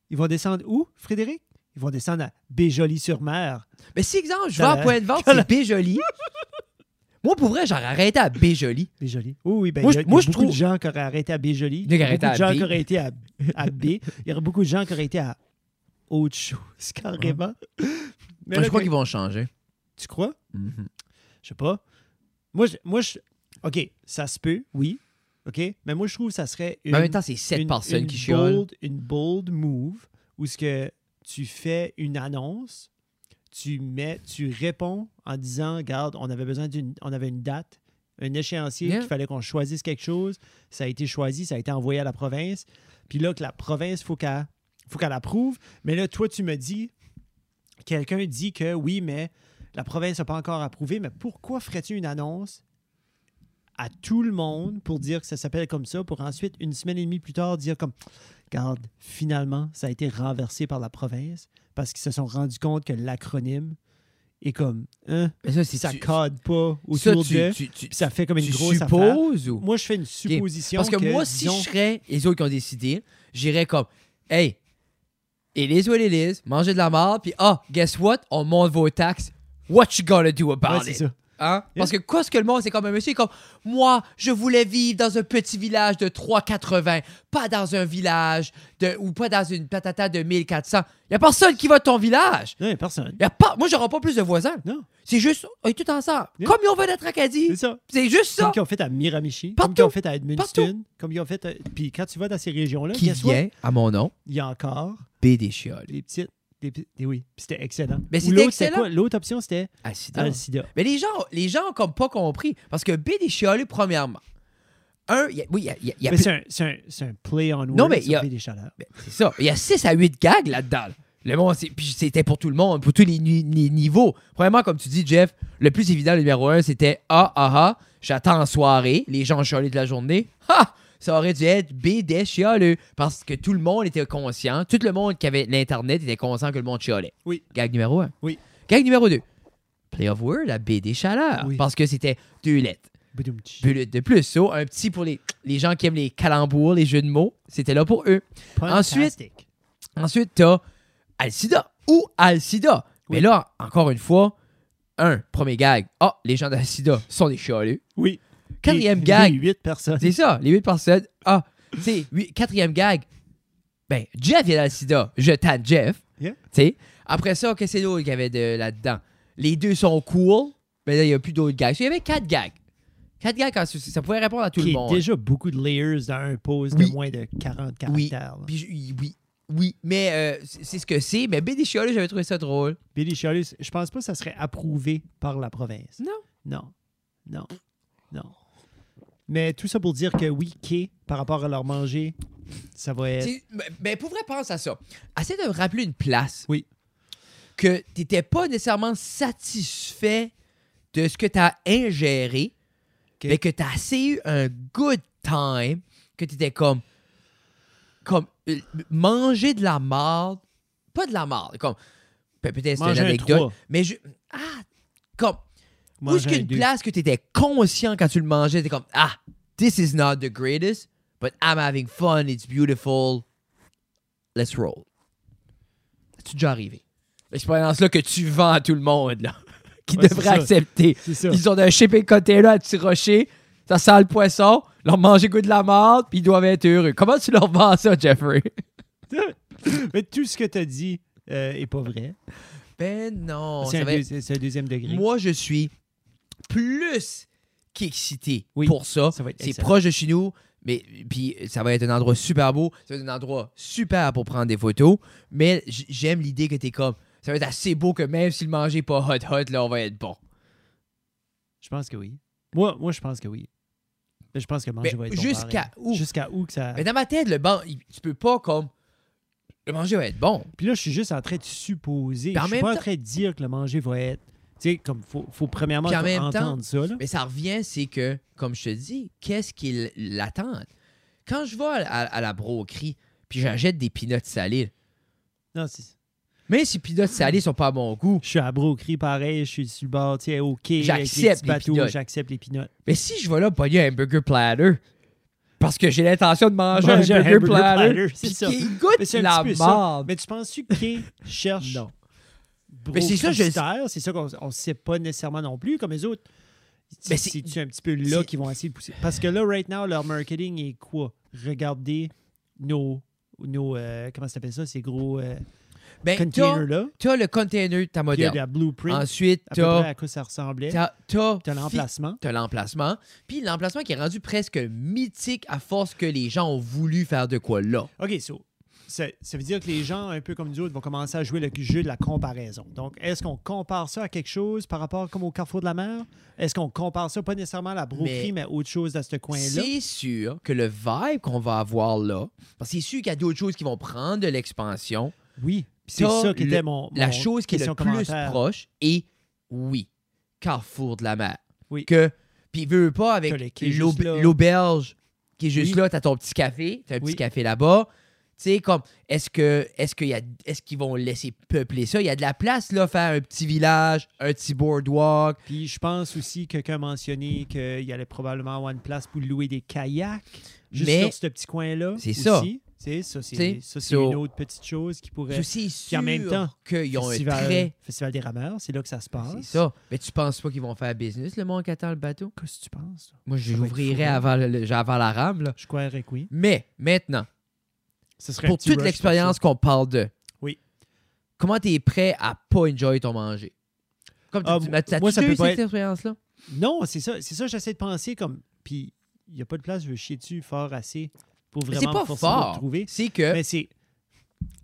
Ils vont descendre où, Frédéric? Ils vont descendre à Béjoly-sur-Mer. Mais si, exemple, je vais Dans à la- point de vente, dans la- c'est Béjoli. Moi, pour vrai, j'aurais arrêté à Béjoli. Béjoly. Oui, oui, ben, Moi, il y a, je- il y a moi, je beaucoup trouve- de gens qui auraient arrêté à Béjoly. Il y Qui a auraient beaucoup de arrêté à gens B. qui auraient été à, à B. Il y aurait beaucoup de gens qui auraient été à autre chose, carrément. Mais je là, crois que- qu'ils vont changer. Tu crois? Mhm. Je sais pas. Moi, je, moi, je... OK, ça se peut, oui. OK, mais moi, je trouve que ça serait une... Mais en même temps, c'est sept une- personnes une qui chiolent. bold, Une bold move où ce que tu fais une annonce, tu mets, tu réponds en disant, regarde, on avait besoin d'une, on avait une date, un échéancier, Yeah. qu'il fallait qu'on choisisse quelque chose. Ça a été choisi, ça a été envoyé à la province. Puis là, que la province, faut qu'elle, faut qu'elle approuve. Mais là, toi, tu me dis, quelqu'un dit que oui, mais la province n'a pas encore approuvé, mais pourquoi ferais-tu une annonce à tout le monde pour dire que ça s'appelle comme ça, pour ensuite, une semaine et demie plus tard, dire comme Regarde, finalement, ça a été renversé par la province parce qu'ils se sont rendus compte que l'acronyme est comme Hein, Mais ça, c'est ça tu- code pas ça, autour tu- de. tu- tu- puis ça fait comme une tu grosse affaire. supposes ou... Moi, je fais une supposition. Parce que, moi, si disons, je serais les autres qui ont décidé, j'irais comme Hey, Elise ou Elise, mangez de la marde, puis ah, guess what? On monte vos taxes. What you gonna do Ouais, about c'est it? ça. Hein? Parce que quoi ce que le monde, c'est comme un monsieur comme Moi, je voulais vivre dans un petit village de 380, pas dans un village de ou pas dans une patata de 1400. Il a personne qui va de ton village. Non, y a personne. Y a pas, moi, j'aurai pas plus de voisins. Non, C'est juste, on est tout ensemble. Yeah. Comme ils ont fait d'être Acadie. c'est ça. C'est juste ça. Comme qu'ils ont fait à Miramichi, comme Partout. qu'ils ont fait à Edmundston, comme ils ont fait. à- Puis quand tu vas dans ces régions-là, Qui guess what? vient à mon nom, il y a encore B des chioles. des petites. Des, petits- des- oui, Puis c'était excellent. Mais Ou c'était l'autre, c'était excellent. quoi? L'autre option, c'était Accident. ah, le sida. Mais les gens, les gens ont comme pas compris. Parce que B des chiolets, premièrement. Un, il y a- oui, il y a- il y a- il y a Mais plus- c'est un, c'est un- c'est un play on Non, words mais il y a- sur P des chaleurs. Ben, C'est ça. Il y a 6 à 8 gags là-dedans. Le monde, c'est- puis c'était pour tout le monde, pour tous les, nu- les niveaux. Premièrement, comme tu dis, Jeff, le plus évident, le numéro 1, c'était Ah, ah, ah, j'attends en soirée, les gens chialés de la journée. Ha! Ça aurait dû être B des chialeux. Parce que tout le monde était conscient, tout le monde qui avait l'Internet était conscient que le monde chialait. Oui. Gag numéro 1. Oui. Gag numéro 2. Play of Word à B des chaleurs. Oui. Parce que c'était deux lettres. Boudoumtchi. Bullet de plus. So, un petit pour les, les gens qui aiment les calembours, les jeux de mots. C'était là pour eux. Fantastic. Ensuite, t'as Alcida ou Alcida. Mais Oui. là, encore une fois, un, premier gag. Ah, les gens d'Alcida sont des chialeux. Oui. Quatrième Les- gag. les huit personnes. C'est ça, les huit personnes. Ah, tu sais, huit- quatrième gag. Ben, Jeff vient d'Alcida. Je tâte Jeff. Yeah. Tu sais. Après ça, qu'est-ce que c'est d'autre qu'il y avait de, là-dedans? Les deux sont cool, mais là, il n'y a plus d'autres gags. So, Il y avait quatre gags. Quatre gags, en- ça pouvait répondre à tout Qui le est monde. déjà beaucoup de layers dans un pose Oui. de moins de 40 Oui. caractères. là. Puis je- oui, oui, oui. Mais euh, c'est c'est ce que c'est. Mais BD Chialeux, j'avais trouvé ça drôle. Billy Charlie, je pense pas que ça serait approuvé par la province. Non. Non. Non. Non. Mais tout ça pour dire que oui, K, par rapport à leur manger, ça va être. Tu- ben- Ben, pour vrai, pense à ça. Essaie de me rappeler une place. Oui. Que t'étais pas nécessairement satisfait de ce que t'as ingéré, Ok. mais que t'as assez eu un good time, que t'étais comme. Comme. euh, manger de la marde. Pas de la marde. Comme. pe- Peut-être c'est une Manger un anecdote. trois. Mais je. Ah! Comme. Où manger est-ce un qu'une deux. place que t'étais conscient quand tu le mangeais, t'es comme Ah, this is not the greatest, but I'm having fun, it's beautiful, let's roll. C'est déjà arrivé. L'expérience-là que tu vends à tout le monde, là, qui Ouais, c'est devrait ça. accepter. C'est ça. Ils ont un shipping container à petit rocher, ça sent le poisson, leur manger goût de la marde, puis ils doivent être heureux. Comment tu leur vends ça, Jeffrey? Mais tout ce que tu as dit euh, est pas vrai. Ben non, C'est ça un, va être- deuxi- c'est un deuxième degré. Moi, je suis plus qu'excité Oui, pour ça. ça va être C'est excellent. proche de chez nous, mais puis ça va être un endroit super beau. Ça va être un endroit super pour prendre des photos. Mais j- j'aime l'idée que t'es comme. Ça va être assez beau que même si le manger est pas hot hot, là, on va être bon. Je pense que oui. Moi, moi je pense que oui. Mais Je pense que manger Mais va être bon jusqu'à pareil. où? Jusqu'à où que ça. Mais dans ma tête, le ban, il- tu peux pas comme. Le manger va être bon. Puis là, je suis juste en train de supposer. Puis en Je suis même pas en temps- train de dire que le manger va être. Tu sais, comme faut, faut premièrement Puis en même entendre ça. Là. Mais ça revient, c'est que, comme je te dis, qu'est-ce qui l'attend? Quand je vais à, à la broquerie, puis j'achète des peanuts salés, Non, c'est- même si les peanuts salés sont pas à mon goût, je suis à broquerie pareil, je suis sur le bord, tu sais, OK, J'accepte les pinottes. j'accepte les pinottes. Mais si je vais là pogner un burger platter, parce que j'ai l'intention de manger, Manger un un burger, burger platter, platter, c'est puis ça. qu'il goûte Mais c'est un la petit peu ça. marde. Mais tu penses-tu que Kay cherche Non. Mais c'est ça, je- c'est ça qu'on on sait pas nécessairement non plus, comme les autres. C'est Mais c'est- c'est-tu un petit peu là c'est- qu'ils vont essayer de pousser. Parce que là, right now, leur marketing est quoi? Regardez nos. nos euh, comment ça s'appelle ça? Ces gros euh, Ben, t'as, containers-là. t'as le container de ta Il y a de modèle. la blueprint. Ensuite, à peu près t'as, à quoi ça ressemblait. t'as, t'as, Ah, T'as fi- l'emplacement. t'as l'emplacement. Puis l'emplacement qui est rendu presque mythique à force que les gens ont voulu faire de quoi là. OK, so, ça, ça veut dire que les gens, un peu comme nous autres, vont commencer à jouer le jeu de la comparaison. Donc, est-ce qu'on compare ça à quelque chose par rapport comme au carrefour de la mer? Est-ce qu'on compare ça, pas nécessairement à la broquerie, mais, à autre chose à ce coin-là? C'est sûr que le vibe qu'on va avoir là, parce que c'est sûr qu'il y a d'autres choses qui vont prendre de l'expansion. Oui. Puis C'est T'as ça qui le- était mon, la mon chose qui est le question plus commentaire. proche est, oui, Carrefour de la mer. Oui. Que, puis veux pas avec Que le- qui est l'aube- juste là. l'auberge qui est juste Oui. là, t'as ton petit café, t'as un Oui. petit café là-bas. Tu sais, comme, est-ce que est-ce qu'il y a- est-ce qu'ils vont laisser peupler ça? Il y a de la place, là, faire un petit village, un petit boardwalk. Puis je pense aussi que quelqu'un a mentionné qu'il allait probablement avoir une place pour louer des kayaks juste Mais sur ce petit coin-là. c'est ça. aussi. C'est ça. T'sais, C'est ça, c'est so- une autre petite chose qui pourrait... C'est Puis sûr en même temps, qu'ils ont un Festival, très... Festival des rameurs, c'est là que ça se passe. C'est ça. Mais tu penses pas qu'ils vont faire business, le monde qui attend le bateau? Qu'est-ce que tu penses? toi? Moi, je va être l'ouvrirai fou, hein. avant, le- le- avant la rame, là. Je croirais que oui. Mais, maintenant, Ce serait un pour petit toute rush l'expérience qu'on parle de. Oui. Comment tu es prêt à pas enjoy ton manger? Comme tu Ah, dis, m- mais t'as-tu moi, ça déjà peut eu pas cette être- expérience-là? pour ça. Non, c'est ça. C'est ça, j'essaie de penser comme. Puis, il n'y a pas de place, je veux chier dessus fort assez pour Mais vraiment C'est pas me forcer de le fort. Euh. trouver. C'est que. Mais c'est.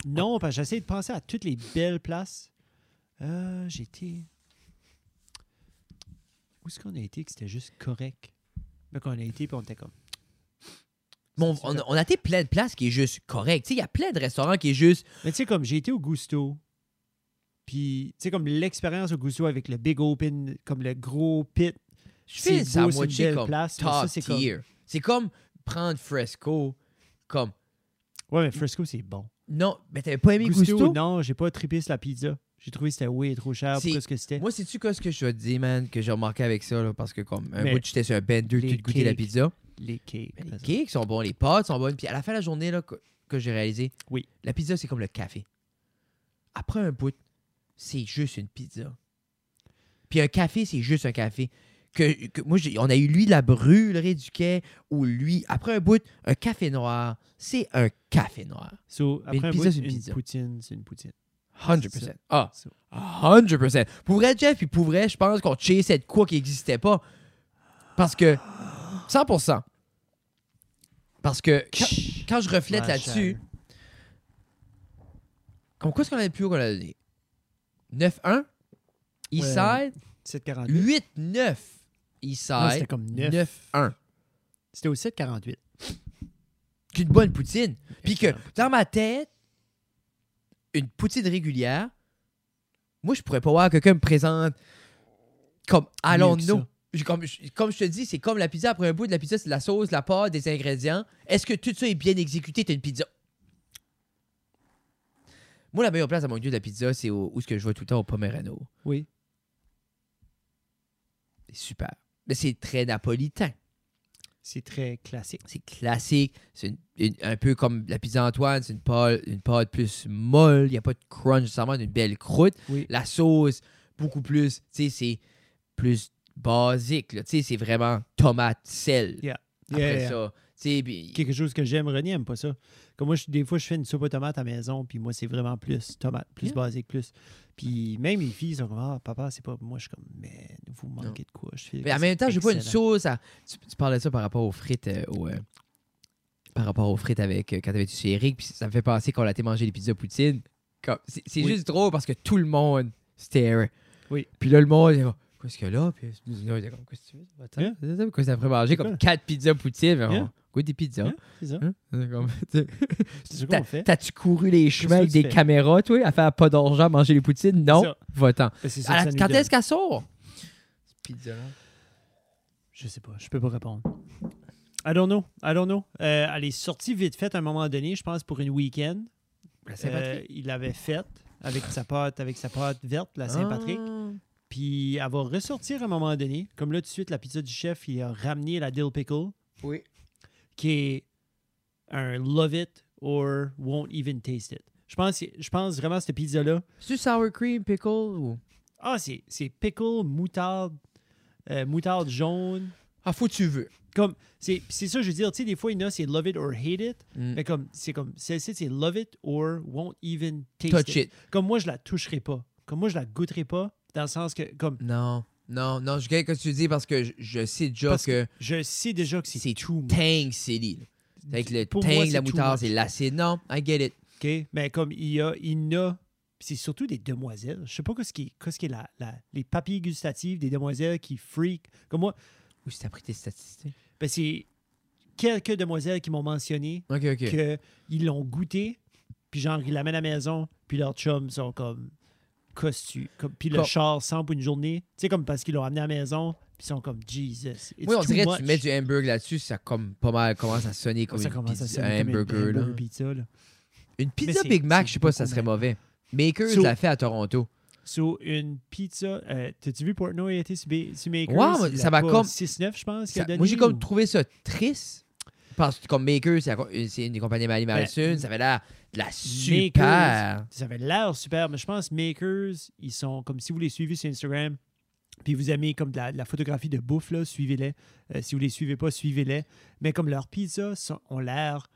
Non, parce que j'essaie de penser à toutes les belles places. Euh, j'ai été. Où est-ce qu'on a été que c'était juste correct? Là, qu'on a été, puis on était comme. bon, on, on a été plein de places qui est juste correct. Tu sais, Il y a plein de restaurants qui est juste. Mais tu sais, comme j'ai été au Gusto, puis tu sais, comme l'expérience au Gusto avec le big open, comme le gros pit. Je C'est fais ça à beau, c'est une moitié belle comme place, mais top ça, c'est comme- tier. C'est comme prendre Fresco comme. Ouais, mais Fresco, c'est bon. Non, mais t'avais pas aimé Gusto, Gusto? non, j'ai pas trippé sur la pizza. J'ai trouvé que c'était way trop cher C'est- pour ce que c'était. Moi, sais-tu quoi ce que je te dis, man, que j'ai remarqué avec ça, là, parce que comme un Mais bout, j'étais sur un bender, les tu te goûtais la cakes. pizza. Les cakes. Mais par Ben, les exemple. cakes sont bons, les pâtes sont bonnes. Puis à la fin de la journée, là, que, que j'ai réalisé, Oui. la pizza, c'est comme le café. Après un bout, c'est juste une pizza. Puis un café, c'est juste un café. Que, que- moi, j'ai- on a eu lui de la brûlerie du quai, ou lui, après un bout, un café noir, c'est un café noir. So, après une un pizza, bout, c'est une une, pizza. poutine, c'est une poutine. 100%. Ah, So, 100%. Pour vrai, Jeff, puis pour vrai, je pense qu'on chassait de quoi qui n'existait pas. Parce que, 100%. Parce que quand, quand je reflète ma là-dessus, chaleur. Comme quoi est-ce qu'on a le plus haut qu'on a donné? 9-1, Eastside, 7,48. 8-9, Non, c'était Eastside, comme 9. 9-1. C'était au 7,48. qu'une bonne poutine. Puis que Excellent. dans ma tête, une poutine régulière, moi, je pourrais pas voir quelqu'un me présente comme Mieux que allons-nous. ça. J'ai Comme, je- comme je te dis, c'est comme la pizza après un bout de la pizza, c'est de la sauce, de la pâte, des ingrédients. Est-ce que tout ça est bien exécuté? T'as une pizza. Moi, la meilleure place à mon dieu de la pizza, c'est au- où est-ce que je vais tout le temps au Pomerano. Oui. C'est super. Mais c'est très napolitain. C'est très classique. C'est classique. C'est une- une- un peu comme la pizza Antoine. C'est une pâte, une pâte plus molle. Il n'y a pas de crunch nécessairement, une belle croûte. Oui. La sauce, beaucoup plus. Tu sais, c'est plus basique. là. Tu sais, c'est vraiment tomate, sel. Yeah. Après Yeah. ça. Tu sais, puis- Quelque chose que j'aime, René aime pas ça. Comme moi, je- des fois, je fais une soupe aux tomates à la maison, puis moi, c'est vraiment plus tomate, plus Yeah. basique, plus. Puis même les filles sont comme, ah, papa, c'est pas. Moi, je suis comme, mais vous Non. manquez de quoi. Je fais mais en que même temps, c'est j'ai pas une excellent. sauce. à- Tu, tu parlais de ça par rapport aux frites. euh, au, euh, par rapport aux frites avec, euh, quand t'avais-tu chez Eric. Puis ça me fait penser qu'on a été manger les pizzas poutine. Comme- C'est c'est Oui. juste drôle parce que tout le monde stare. Oui. Puis là, le monde, il va, qu'est-ce que là? Puis nous, il dit, comme, qu'est-ce que tu veux? Ça va, t'as- Yeah. t'as- t'as- Qu'est-ce que t'as après manger? Comme Cool. quatre pizzas poutine. mais on Yeah. goûte des pizzas. Yeah. C'est ça. Hein? C'est comme- C'est ce qu'on T'as- fait. T'as-tu couru les que chemins avec tu des fais? caméras, toi, à faire pas d'argent, manger les poutines? C'est Non, ça. va-t'en. Ben, c'est ça À que la- ça nous Quand donne. est-ce qu'elle sort? Pizza-là. Je sais pas, je peux pas répondre. I don't know, I don't know. Euh, elle est sortie vite faite à un moment donné, je pense, pour une week-end. La Euh, il l'avait faite avec sa pâte, avec sa pâte verte, la Saint-Patrick. Ah. Puis elle va ressortir à un moment donné. Comme là, tout de suite, la pizza du chef, il a ramené la dill pickle, Oui. qui est un love it or won't even taste it. Je pense, je pense vraiment cette pizza-là. C'est sour cream, pickle ou. Ah, c'est c'est pickle, moutarde, euh, moutarde jaune. Ah, faut que tu veux. Comme, c'est pis c'est ça, je veux dire, tu sais, des fois, il y en a, c'est love it or hate it. Mm. Mais comme, c'est comme, celle-ci, c'est love it or won't even taste Touch it. Comme moi, je la toucherai pas. Comme moi, je la goûterai pas, dans le sens que, comme, Non, non, non, je sais ce que tu dis parce que je, je sais déjà Parce que, je sais déjà que c'est c'est too much. Tang City. là. C'est Avec le Pour Tang, moi, c'est la too moutarde, much. c'est l'acide. Non, I get it. OK? Mais comme, il y a, il y en a, pis c'est surtout des demoiselles. Je sais pas qu'est-ce qui, qu'est-ce qui est la, la- les papilles gustatives des demoiselles qui freak. Comme moi, Où c'est appris tes statistiques? ben, c'est quelques demoiselles qui m'ont mentionné Ok, ok. que ils l'ont goûté, puis genre, ils l'amènent à la maison, puis leurs chums sont comme costus. Comme, puis le Comme- char sent pour une journée. Tu sais, comme parce qu'ils l'ont amené à la maison, puis ils sont comme Jesus. it's Oui, on too dirait que much. tu mets du hamburger là-dessus, ça comme pas mal commence à sonner comme ça une commence à pizza, sonner un comme une hamburger. là. hamburger pizza. Là. Une pizza c'est- Big Mac, c'est je sais pas si ça beaucoup serait meilleur. mauvais. Makers So- l'a fait à Toronto. So, une pizza. euh, T'as-tu vu Portnoy était sur, B- sur Makers? Ouais, Il ça a m'a pas comme- 6-9, je pense. qu'il a Ça- donné, moi, j'ai comme ou- trouvé ça triste. Parce que comme Makers, c'est la- euh, c'est une des compagnies de Mali Ben, Madison, ça avait l'air de la super. Ça avait l'air super, mais je pense Makers, ils sont comme si vous les suivez sur Instagram, puis vous aimez comme de la, de la photographie de bouffe, là, suivez-les. Euh, si vous les suivez pas, suivez-les. Mais comme leurs pizzas sont- ont l'air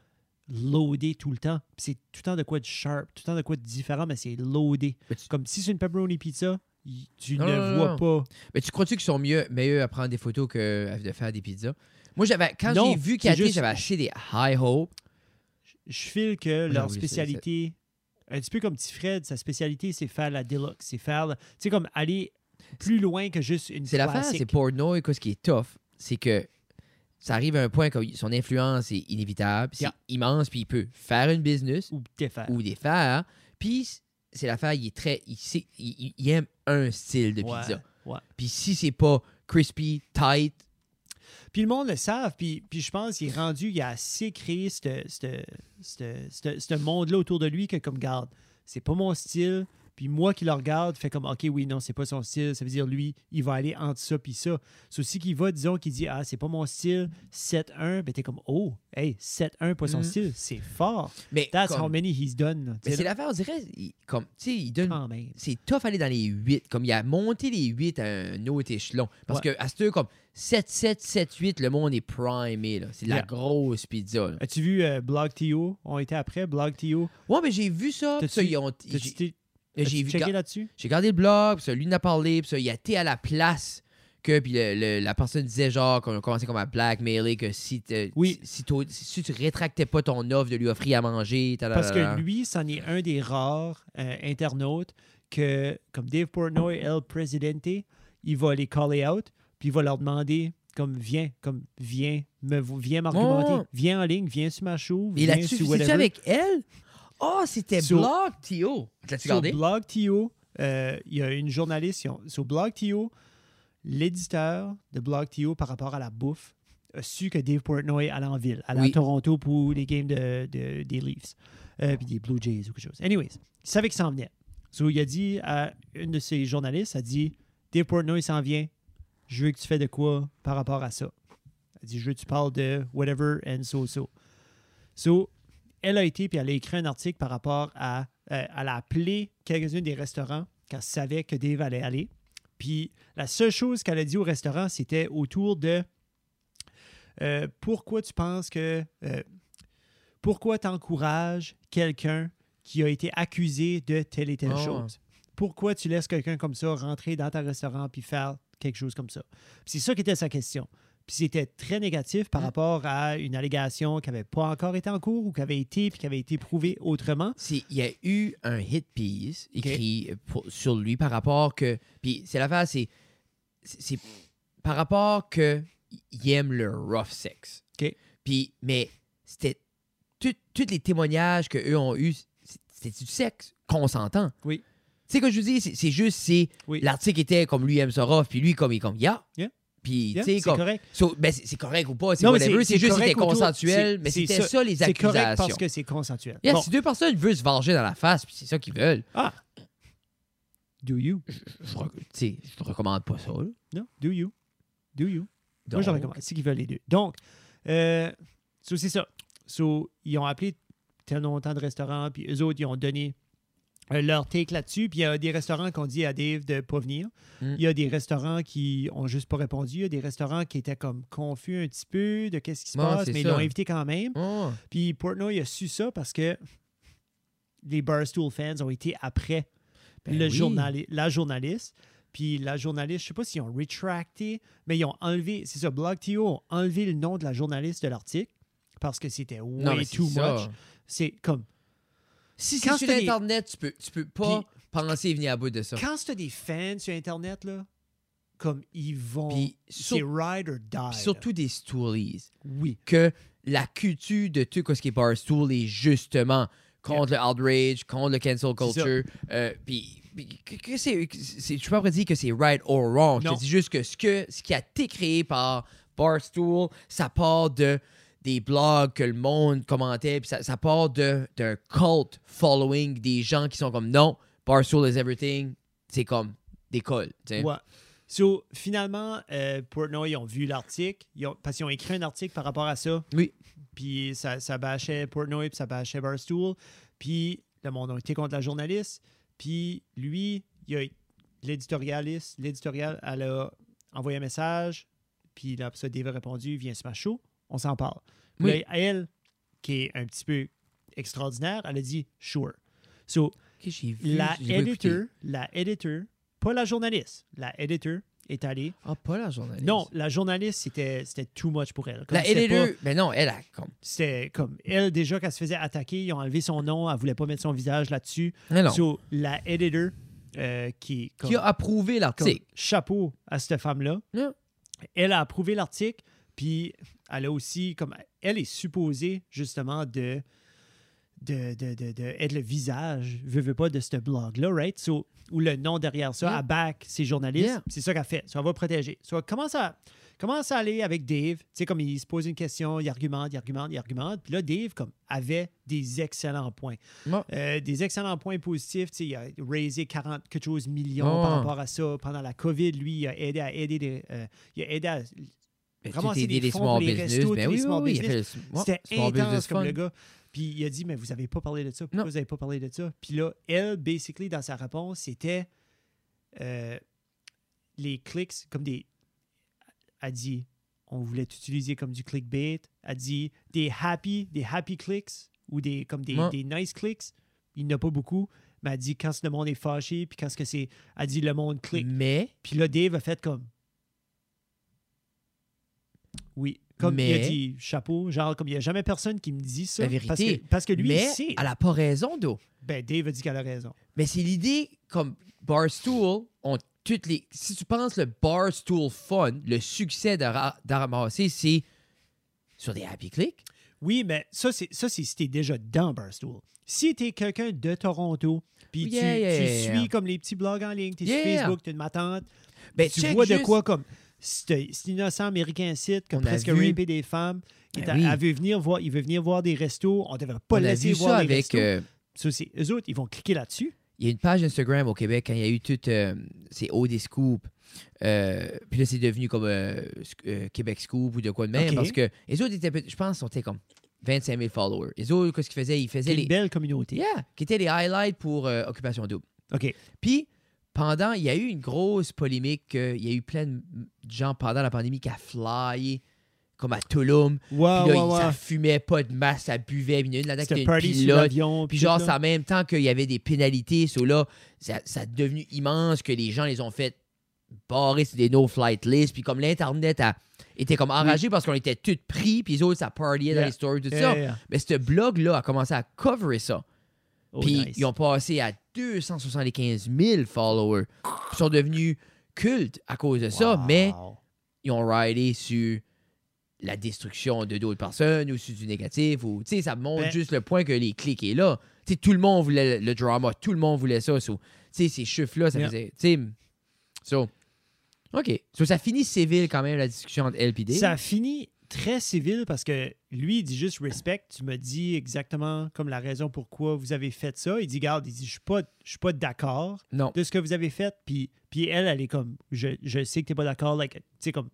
loadées tout le temps, puis c'est tout le temps de quoi de sharp, tout le temps de quoi de différent, mais c'est loadé. Mais tu- Comme si c'est une pepperoni pizza, y- tu Non, ne non, non, vois non. pas. Mais tu crois-tu qu'ils sont mieux, meilleurs à prendre des photos que à- de faire des pizzas? Moi, j'avais quand Non, j'ai vu c'est Cathy, juste- j'avais acheté des High Hope. je file que j'ai leur oublié ça, spécialité, un petit peu comme Petit Fred, sa spécialité, c'est faire la deluxe. C'est faire, la- tu sais, comme aller plus loin que juste une C'est l'affaire, c'est classique. Portnoy, quoi, ce qui est tough, c'est que ça arrive à un point que son influence est inévitable, c'est Yeah. immense, puis il peut faire une business Ou défaire. ou des faire. Puis c'est l'affaire, il est très. Il, sait- il- il- il aime un style de Ouais, pizza. ouais. Puis si c'est pas crispy, tight, Puis le monde le savent, puis, puis je pense qu'il est rendu, il a assez créé ce ce- ce- ce- ce monde-là autour de lui que comme, garde, c'est pas mon style, puis moi qui le regarde, fait comme, OK, oui, non, c'est pas son style, ça veut dire, lui, il va aller entre ça puis ça. C'est aussi qu'il va, disons, qu'il dit, ah, c'est pas mon style, 7-1, ben t'es comme, oh, hey, 7-1, pas son Mm. style, c'est fort. mais. That's comme- how many he's done. là, Ah, tu mais sais, c'est là. l'affaire, on dirait, il- comme, tu sais, il donne Quand même. c'est tough aller dans les 8. Comme il a monté les 8 à un autre échelon. Parce que à ce heure, comme 7, 7, 7, 8, le monde est primé. là. C'est de la Yeah. grosse pizza. là. As-tu vu euh, BlogTO? On était après BlogTO. Ouais, mais j'ai vu ça. puis ça, T'as-tu- ils ont- T'as-tu j'ai- euh, t'es- J'ai as-tu vu- checké là-dessus? j'ai gardé le blog, puis ça, lui n'a parlé, puis ça, il a été à la place que puis le- le- la personne disait genre qu'on a commencé comme à blackmailer que si, t'es- Oui. si, si t'au- si tu rétractais pas ton offre de lui offrir à manger, ta- ta- ta- Parce ta- que lui, c'en est un des rares euh, internautes que, comme Dave Portnoy, El Presidente, il va les caller out, puis il va leur demander, comme, viens, comme, viens me, viens m'argumenter. Ouais. Viens en ligne, viens sur ma show, Oh! Et viens là-dessus, sur c'est-tu whatever. avec elle? Oh, c'était Sur- Blog Tio. L'as-tu Sur gardé? BlogTO, euh, il y a une journaliste ils ont- sur BlogTO, l'éditeur de BlogTO par rapport à la bouffe a su que Dave Portnoy allait en ville, allait Oui. à Toronto pour les games de, de- des Leafs, euh, puis des Blue Jays ou quelque chose. Anyways, il savait qu'il s'en venait. So, il a dit à une de ses journalistes, a dit Dave Portnoy s'en vient, je veux que tu fais de quoi par rapport à ça. Elle dit, je veux que tu parles de whatever and so-so. So, elle a été, puis elle a écrit un article par rapport à. euh, elle a appelé quelques-unes des restaurants quand elle savait que Dave allait aller. Puis la seule chose qu'elle a dit au restaurant, c'était autour de euh, pourquoi tu penses que. euh, pourquoi t'encourages quelqu'un qui a été accusé de telle et telle Ah ouais. chose? Pourquoi tu laisses quelqu'un comme ça rentrer dans ton restaurant puis faire quelque chose comme ça? Puis c'est ça qui était sa question. Puis c'était très négatif par Mm. rapport à une allégation qui n'avait pas encore été en cours ou qui avait été puis qui avait été prouvée autrement. C'est- Il y a eu un hit piece écrit euh, pour- sur lui par rapport que. Puis c'est l'affaire, c'est. c'est- C'est par rapport que il aime le rough sex. OK. Puis, mais c'était. tout- Tous les témoignages qu'eux ont eu, c'était du sexe consentant. Oui. Tu sais, que je vous dis, c'est c'est juste, c'est. Oui. L'article était comme lui aime ça rough, puis lui, comme il est comme, ya. Yeah. Puis, Yeah, tu sais, c'est comme. correct. so- ben, c'est c'est correct ou pas, c'est Non, mais c'est- whatever. C'est c'est juste, c'était correct autour- consensuel, c'est- mais c'est c'était ça- ça, les C'est correct accusations. parce que c'est consensuel. Yeah, Bon. Si deux personnes veulent se venger dans la face, puis c'est ça qu'ils veulent, Ah! Do you? je, rec- tu sais, je te recommande pas ça. là. Non? Do you? Do you? Moi, je Donc, recommande. C'est qu'ils veulent les deux. Donc, euh, so, c'est ça. So, ils ont appelé tellement de restaurants, puis eux autres, ils ont donné euh, leur take là-dessus. Puis il y a des restaurants qui ont dit à Dave de pas venir. Mm. Il y a des restaurants qui ont juste pas répondu. Il y a des restaurants qui étaient comme confus un petit peu de qu'est-ce qui se Ouais, passe, c'est mais ils ça. l'ont invité quand même. oh, Puis Portnoy a su ça parce que les Barstool fans ont été après Ben le oui. journali- la journaliste. Puis la journaliste, je sais pas s'ils ont retracté, mais ils ont enlevé, c'est ça, BlogTO ont enlevé le nom de la journaliste de l'article parce que c'était way Non, mais c'est too ça. much. C'est comme, Si Quand c'est sur c'est des- Internet, tu peux, tu peux pas Puis- penser venir à bout de ça. quand t'as des fans sur Internet, là, comme ils vont, Puis c'est sur- ride or die. Puis là. surtout des stories. oui. Que la culture de tout ce qui est Barstool est justement contre le outrage, contre le cancel C'est ça. culture. euh, Puis, puis que- que c'est- que c'est- je suis pas prêt à dire que c'est right or wrong. Non. Je te dis juste que ce, que ce qui a été créé par Barstool, ça part de des blogs que le monde commentait, puis ça, ça part de- d'un cult following des gens qui sont comme non, Barstool is everything. C'est comme des cols. tu sais. Ouais. So, finalement, euh, Portnoy, ils ont vu l'article, ils ont- parce qu'ils ont écrit un article par rapport à ça. Oui. Puis ça, ça bâchait Portnoy, puis ça bâchait Barstool. Puis le monde a été contre la journaliste. Puis lui, il a, l'éditorialiste, l'éditorial, elle a envoyé un message. Puis là, ça, Dave a répondu, viens sur ma show, on s'en parle. Puis Oui. là, elle, qui est un petit peu extraordinaire, elle a dit, sure. So, Ok, j'ai vu, la j'ai pas écouté. editor, la editor, pas la journaliste, la editor est allée. Ah, pas la journaliste. Non, la journaliste, c'était c'était too much pour elle. Comme La c'était editor, pas- mais non, elle a comme. C'était comme elle, déjà, qu'elle se faisait attaquer, ils ont enlevé son nom, elle voulait pas mettre son visage là-dessus. Mais non. So, la editor, euh, qui, comme- qui a approuvé comme l'article. chapeau à cette femme-là, Yeah. elle a approuvé l'article, puis elle a aussi, comme, elle est supposée, justement, de. De, de, de, de être le visage, veux, veux pas, de ce blog-là, right? So, ou le nom derrière ça, Yeah. à back ses journalistes. Yeah. C'est ça qu'elle fait. Ça va protéger. So, elle commence à, commence à aller avec Dave. Tu sais, comme il se pose une question, il argumente, il argumente, il argumente. Puis là, Dave, comme, avait des excellents points. Ouais. Euh, des excellents points positifs. Tu sais, il a raisé 40 quelque chose millions Ouais. par rapport à ça. Pendant la COVID, lui, il a aidé à aider les, euh, il a aidé à Mais vraiment, tout est c'est des des fonds small pour les business. restos, Ben tous oui, les oui, small oui, il a fait le- ouais, c'était small business intense comme fund. le gars. Puis il a dit, mais vous avez pas parlé de ça. Pourquoi Non. vous avez pas parlé de ça? Puis là, elle, basically, dans sa réponse, c'était euh, les clics, comme des... A dit, on voulait t'utiliser comme du clickbait. A dit, des happy, des happy clicks ou des, comme des, Ouais. des nice clicks. Il n'y en a pas beaucoup. Mais elle dit, quand le monde est fâché, puis quand ce que c'est... A dit, le monde clique. Mais, Puis là, Dave a fait comme. Oui. Comme il Mais- a dit chapeau, genre, comme il n'y a jamais personne qui me dit ça. La vérité. Parce que, parce que lui, mais il sait. elle a pas raison, d'eau. Ben, Dave a dit qu'elle a raison. Mais c'est l'idée, comme Barstool, on toutes les. Si tu penses le Barstool Fun, le succès d'Ara- d'Aramassi, c'est sur des happy clicks. Oui, mais ça, c'est ça, c'est si t'es déjà dans Barstool. Si t'es quelqu'un de Toronto, puis tu- Oh, Yeah, yeah, tu, yeah, suis yeah. comme les petits blogs en ligne, t'es sur Yeah. Facebook, t'es de ma tante, Ben, tu check vois de juste- quoi comme c'est c'est innocent américain site qui a On a presque vu- rapé des femmes. Il, Ben t'a- oui. elle veut venir voir, il veut venir voir des restos. On devrait pas On le a laisser vu voir ça les avec. restos. euh, Ça, c'est- eux autres, ils vont cliquer là-dessus. Il y a une page Instagram au Québec quand il y a eu tout. euh, c'est haut des scoops. Euh, puis là, c'est devenu comme euh, sc- euh, Québec Scoop ou de quoi de même. Ok. Parce que les autres étaient, peut- je pense, sont comme 25 000 followers. Les autres, qu'est-ce qu'ils faisaient Ils C'est faisaient une les. belle communauté. Yeah, qui étaient les highlights pour euh, Occupation Double. OK. Puis, pendant, il y a eu une grosse polémique. euh, il y a eu plein de gens pendant la pandémie qui a flyé, comme à Tulum. Ouais, puis là, ouais, il- Ah, ouais. ça fumait pas de masse, ça buvait. Puis il y en a une là-dedans qui C'était était une party sur pilote. l'avion. Puis tout genre, ça. c'est en même temps qu'il y avait des pénalités. So là, ça, ça a devenu immense que les gens les ont fait barrer sur des no-flight lists. Puis comme l'Internet a était comme enragé parce qu'on était tous pris, puis les autres, ça partyait Yeah. dans les stories, tout Yeah, ça. yeah. Mais ce blog-là a commencé à cover ça. Oh, Puis nice. ils ont passé à 275 000 followers. Ils sont devenus cultes à cause de ça, Wow. mais ils ont ridé sur la destruction de d'autres personnes ou sur du négatif. Ou, tu sais, ça montre Ben- juste le point que les clics est là. Tu sais, tout le monde voulait le drama, tout le monde voulait ça. so, tu sais, ces chiffres-là, ça Yeah. faisait. Tu sais, so, OK. So, ça finit civil quand même, la discussion entre LPD. Ça finit très civil parce que lui, il dit juste respect. Tu me dis exactement comme la raison pourquoi vous avez fait ça. Il dit, garde, il dit, je suis pas, je suis pas d'accord Non. de ce que vous avez fait. Puis, puis elle, elle est comme, je, je sais que t'es pas d'accord. Like, tu sais, comme,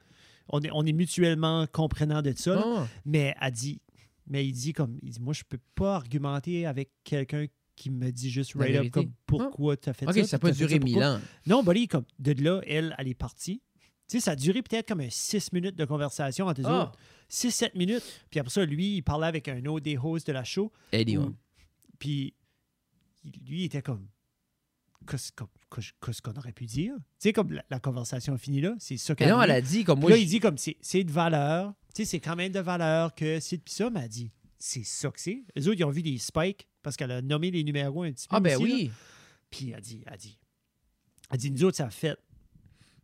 on est, on est mutuellement comprenant de ça. là. Non. Mais elle dit, mais il dit comme, il dit, moi, je peux pas argumenter avec quelqu'un qui me dit juste La right up vérité. comme pourquoi tu as fait OK, ça. ça a puis pas t'as fait duré pourquoi. mille ans. Non, Buddy, comme de là, elle, elle est partie. Tu sais, ça a duré peut-être comme un 6 minutes de conversation entre eux Ah. autres. 6-7 minutes. Puis après ça, lui, il parlait avec un autre des hosts de la show. Eddie, ouais. Ou- Puis il- lui, il était comme. Qu'est-ce qu'on qu'est-ce- qu'est-ce qu'on aurait pu dire? Tu sais, comme la, la conversation finit là, c'est ça Mais qu'elle non, dit. elle a dit comme Puis moi. là, je- il dit comme c'est c'est de valeur. Tu sais, c'est quand même de valeur que c'est pis ça, mais elle dit c'est ça que c'est. Les autres, ils ont vu des spikes parce qu'elle a nommé les numéros un petit peu. ah, ben aussi, là. oui. Puis elle dit, elle dit, elle dit, nous autres, ça a fait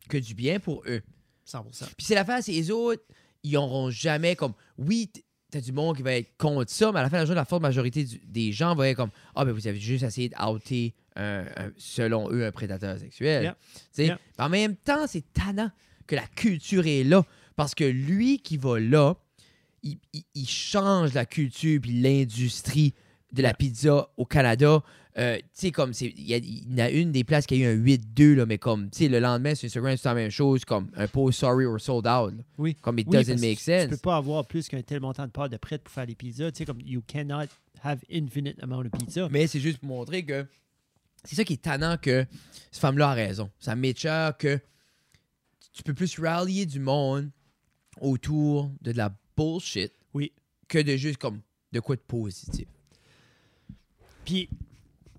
Que du bien pour eux. 100%. Puis c'est l'affaire, c'est les autres, ils n'auront jamais comme. Oui, t- t'as du monde qui va être contre ça, mais à la fin de la journée, la forte majorité du- des gens va être comme Ah, ben vous avez juste essayé d'outer, un- un- selon eux, un prédateur sexuel. Yeah. Tu sais, Yeah. mais En même temps, c'est tannant que la culture est là. Parce que lui qui va là, il, il- il change la culture puis l'industrie de la pizza au Canada. Euh, tu sais, comme, c'est- il y, a- il y en a une des places qui a eu un 8-2, là, mais comme, tu sais, le lendemain sur Instagram, c'est la même chose, comme un post sorry or sold out. là. Oui. Comme it Oui, doesn't parce que make tu- sense. Tu peux pas avoir plus qu'un tel montant de parts de prêt pour faire les pizzas. Tu sais, comme you cannot have infinite amount of pizza. Mais c'est juste pour montrer que c'est ça qui est tannant que cette femme-là a raison. Ça m'échère que tu peux plus rallier du monde autour de de la bullshit Oui. que de juste comme de quoi de positif. Puis,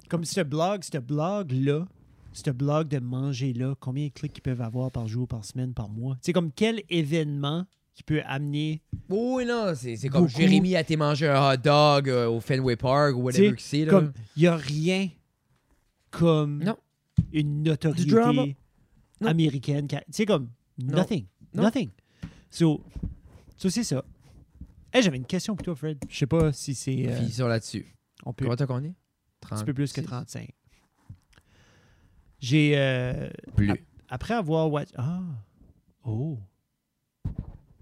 comme ce blog, ce blog-là, ce blog de manger-là, combien de clics ils peuvent avoir par jour, par semaine, par mois? C'est comme quel événement qui peut amener. Oui, non, c'est c'est comme Beaucoup. Jérémy a été manger un hot dog euh, au Fenway Park ou Tu whatever sais, que c'est. là. comme, il n'y a rien comme Non. une Du drama. notoriété Non. américaine. qui a- Tu sais, comme Non. nothing. Non. Nothing. So, so c'est ça. Hey, j'avais une question pour toi, Fred. Je sais pas si c'est. euh, Finissons là-dessus. on peut Comment t'as qu'on est? un 30. petit peu plus que 35. J'ai. euh, Plus. ap- après avoir. Watch... Ah! Oh!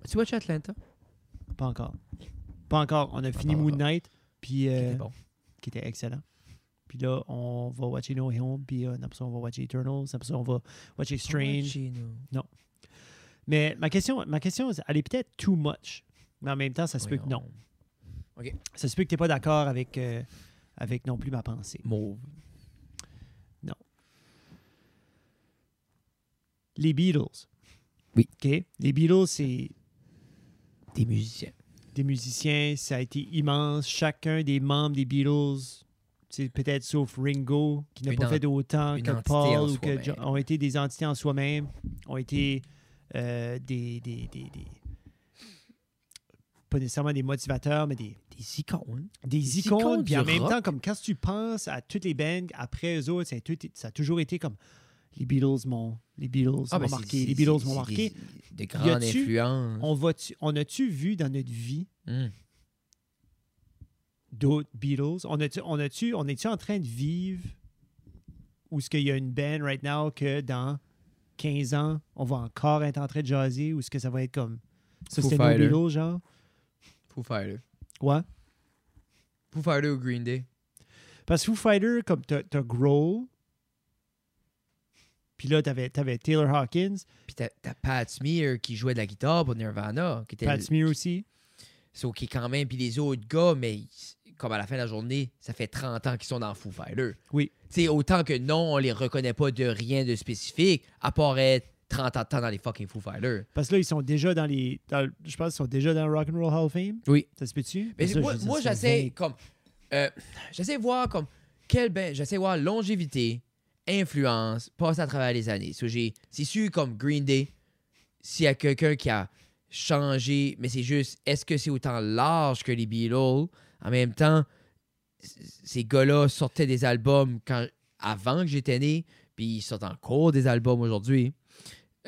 Tu watches Atlanta? Pas encore. Pas encore. On a fini parlera. Moon Knight, puis. euh, C'était bon. qui était excellent. Puis là, on va watcher No Way Home, puis euh, après ça, on va watcher Eternals, après ça, on va watcher Strange. Mais ma question, ma question, elle est peut-être too much, mais en même temps, ça se peut que non. OK. Ça se peut que tu n'es pas d'accord avec, euh, avec non plus ma pensée. Mauve. Les Beatles. Oui. OK? Les Beatles, c'est Des musiciens. des musiciens, ça a été immense. Chacun des membres des Beatles, c'est peut-être sauf Ringo, qui n'a Une pas en- fait autant une que entité en Paul ou que soi-même. John, ont été des entités en soi-même, ont été euh, des, des, des- des- pas nécessairement des motivateurs, mais des, Des icônes. des icônes icônes. Puis du en même rock. temps, comme quand tu penses à toutes les bands après eux autres, ça a, tout- ça a toujours été comme les Beatles m'ont les Beatles Ah, m'ont ben, c'est- marqué. c'est- Les Beatles c'est- m'ont c'est marqué. Des, des grandes Y a-tu- influences. On, va-tu- on a-tu vu dans notre vie Hmm. d'autres Beatles? On a-tu, on a-tu, on est-tu en train de vivre où est-ce qu'il y a une band right now que dans 15 ans, on va encore être en train de jaser ou est-ce que ça va être comme ça, Foo c'était nos Fighters. Beatles, genre? Foo Fighters. Ouais. Foo Fighters ou Green Day. Parce que Foo Fighters, comme t'as, t'as Grohl, puis là, t'avais, t'avais Taylor Hawkins, Puis t'as t'as Pat Smear qui jouait de la guitare pour Nirvana. Qui était Pat le- Smear aussi. So, qui est quand même, puis les autres gars, mais ils- comme à la fin de la journée, ça fait 30 ans qu'ils sont dans Foo Fighters. Oui. Tu sais, autant que non, on les reconnaît pas de rien de spécifique, à part être 30 ans de temps dans les fucking Foo Fighters. Parce que là, ils sont déjà dans les. dans- je pense qu'ils sont déjà dans le Rock'n'Roll Hall of Fame. Oui. Ça se peut-tu? Mais Parce que là, moi, je veux dire, moi, ça j'essaie vague. comme. euh, j'essaie de voir comme. Quel ben, j'essaie de voir longévité, influence, passe à travers les années. So, j'ai- c'est sûr comme Green Day, s'il y a quelqu'un qui a changé, mais c'est juste, est-ce que c'est autant large que les Beatles? En même temps, c- ces gars-là sortaient des albums quand, avant que j'étais né, puis ils sortent encore des albums aujourd'hui.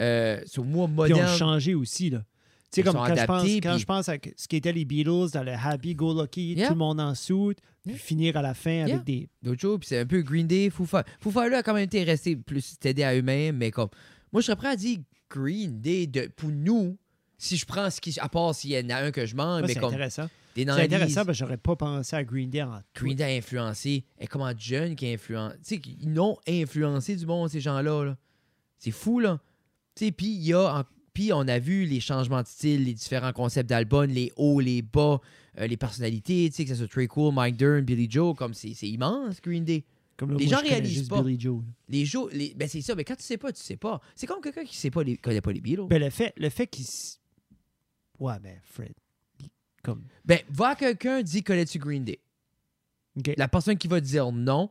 Euh, so, moi, Puis ils ont moderne, changé aussi, là. Tu sais, Ils comme sont quand, je pense, adaptés, quand puis- je pense à ce qu'étaient les Beatles dans le Happy Go Lucky, Yeah. tout le monde en soute, puis Yeah. finir à la fin Yeah. avec des. d'autres choses. Puis c'est un peu Green Day, Foo Fighters. Foo Fighters a quand même été resté plus t'aider à eux-mêmes, mais comme. Moi, je serais prêt à dire Green Day de, pour nous, si je prends ce qui. À part s'il y en a un que je manque, Moi, mais c'est comme. intéressant. Des C'est nannies, intéressant parce que j'aurais pas pensé à Green Day en tout. Green Day a influencé. Et comment John qui a influencé. Tu sais, ils n'ont influencé du monde, ces gens-là. là. C'est fou, là. Tu sais, puis il y a. en- puis on a vu les changements de style, les différents concepts d'albums, les hauts, les bas, euh, les personnalités, tu sais, que ce soit Trey Cool, Mike Dern, Billy Joe, comme c'est c'est immense, Green Day. Comme là, les moi, gens je connais réalisent juste pas. Billy Joe. là. Les jours, les- ben c'est ça, mais quand tu sais pas, tu sais pas. C'est comme quelqu'un qui sait pas les, connaît pas les Beatles. Ben, Ben, le fait, le fait qu'ils. s- Ouais, mais Fred. Comme. voir Ben, quelqu'un dit connais-tu Green Day. OK. La personne qui va dire non,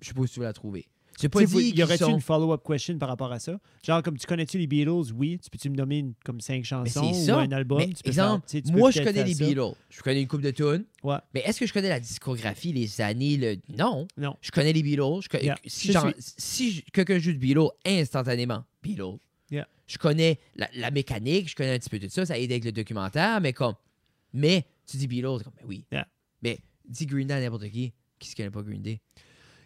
je sais pas où tu vas la trouver. C'est pas Tu sais, vous- dit y qu'ils aurait-tu sont- une follow-up question par rapport à ça? Genre, comme tu connais-tu les Beatles? Oui. Tu peux-tu me nommer une- comme cinq Mais chansons c'est ou ça. un album? Mais Tu peux faire- exemple, tu sais, tu peux moi je peut-être connais faire les ça. Beatles. Je connais une coupe de tunes. Ouais. Mais est-ce que je connais la discographie, les années, le. Non. Non. Je connais les Beatles. Je co- Yeah. Si, Je j'en- si je- quelqu'un joue de Beatles, instantanément, Beatles. Yeah. Je connais la, la mécanique, je connais un petit peu tout ça, ça aide avec le documentaire, mais comme. Mais tu dis Beatles, comme, mais oui. Yeah. Mais dis Green Day à n'importe qui. Qui se connaît pas Green Day?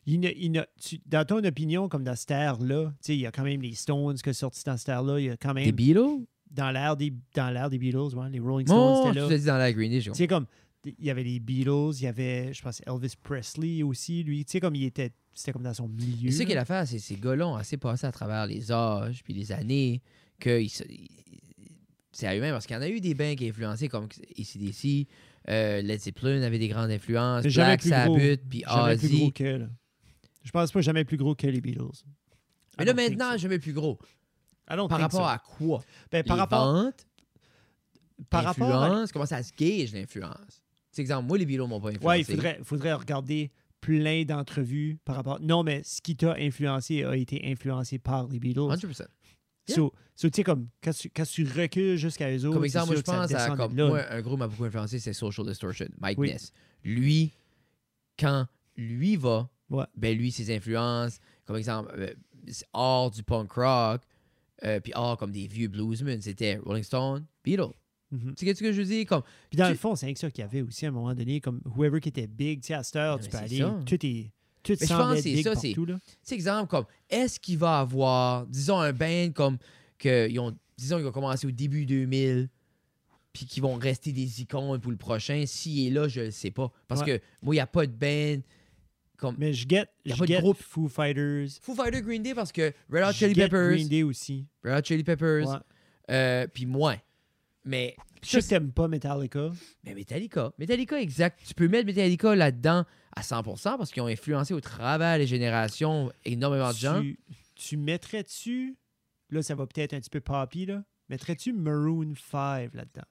Il n'a- il n'a- tu- dans ton opinion, comme dans cette ère-là, tu sais, il y a quand même les Stones qui sont sortis dans cette ère-là. Il y a quand Des même, Beatles? dans l'ère des, dans l'ère des Beatles, ouais, les Rolling Stones Moi, étaient je là. te dis dans la Green Day, je Tu sais, comme, il y avait les Beatles, il y avait, je pense, Elvis Presley aussi, lui. Tu sais, comme il était, c'était comme dans son milieu. Mais ce là. qu'il a fait, c'est que ces gars-là ont assez passé à travers les âges puis les années que ils se- ils- c'est à eux-mêmes. Parce qu'il y en a eu des bains qui influencés comme ACDC, euh, Led Zeppelin avait des grandes influences, Mais jamais Black plus gros. Sabbath, puis Jamais plus gros Ozzy. que, là. Je pense pas jamais plus gros que les Beatles. Mais là, maintenant, jamais plus gros. Par rapport à quoi? Ben, par les rapport, ventes, par l'influence, rapport à comment ça se gauge l'influence? Tu sais, exemple, moi, les Beatles m'ont pas influencé. Ouais, il faudrait, faudrait regarder plein d'entrevues par rapport. Non, mais ce qui t'a influencé a été influencé par les Beatles. 100%. Ah, yeah. So, so, tu sais, comme quand tu, quand tu recules jusqu'à eux autres. Comme c'est exemple, moi, sûr je que ça pense à descend de comme là. moi, un gros m'a beaucoup influencé, c'est Social Distortion, Mike Oui. Ness. Lui, quand lui va, Ouais. ben lui, ses influences, comme exemple, euh, c'est hors du punk rock, euh, puis hors comme des vieux bluesmen, c'était Rolling Stone, Beatles. Mhm. Tu sais ce que je dis? Comme, Puis dans tu- le fond, c'est que ça qu'il y avait aussi à un moment donné, comme whoever qui était big, tu sais, à cette heure, Ah, Mais tu peux c'est aller. ça. Tout est. Tout je semble pense être que c'est big ça, c'est- partout, là. tu sais, exemple, comme, est-ce qu'il va avoir, disons, un band comme, que, ils ont, disons, ils ont commencé au début 2000, puis qui vont rester des icônes pour le prochain, s'il est là, je le sais pas. Parce Ouais. que, moi, il n'y a pas de band comme. Mais je get, Y a je pas de get groupe. Foo Fighters. Foo Fighters, Green Day parce que Red Hot je Chili get Peppers, Green Day aussi. Red Hot Chili Peppers, Ouais. euh, puis moi. Mais, Je sais que t'aimes pas Metallica. mais Metallica, Metallica exact, tu peux mettre Metallica là-dedans à 100% parce qu'ils ont influencé au travers les générations énormément de gens. Tu, tu mettrais-tu, là, ça va peut-être un petit peu poppy, là, mettrais-tu Maroon 5 là-dedans?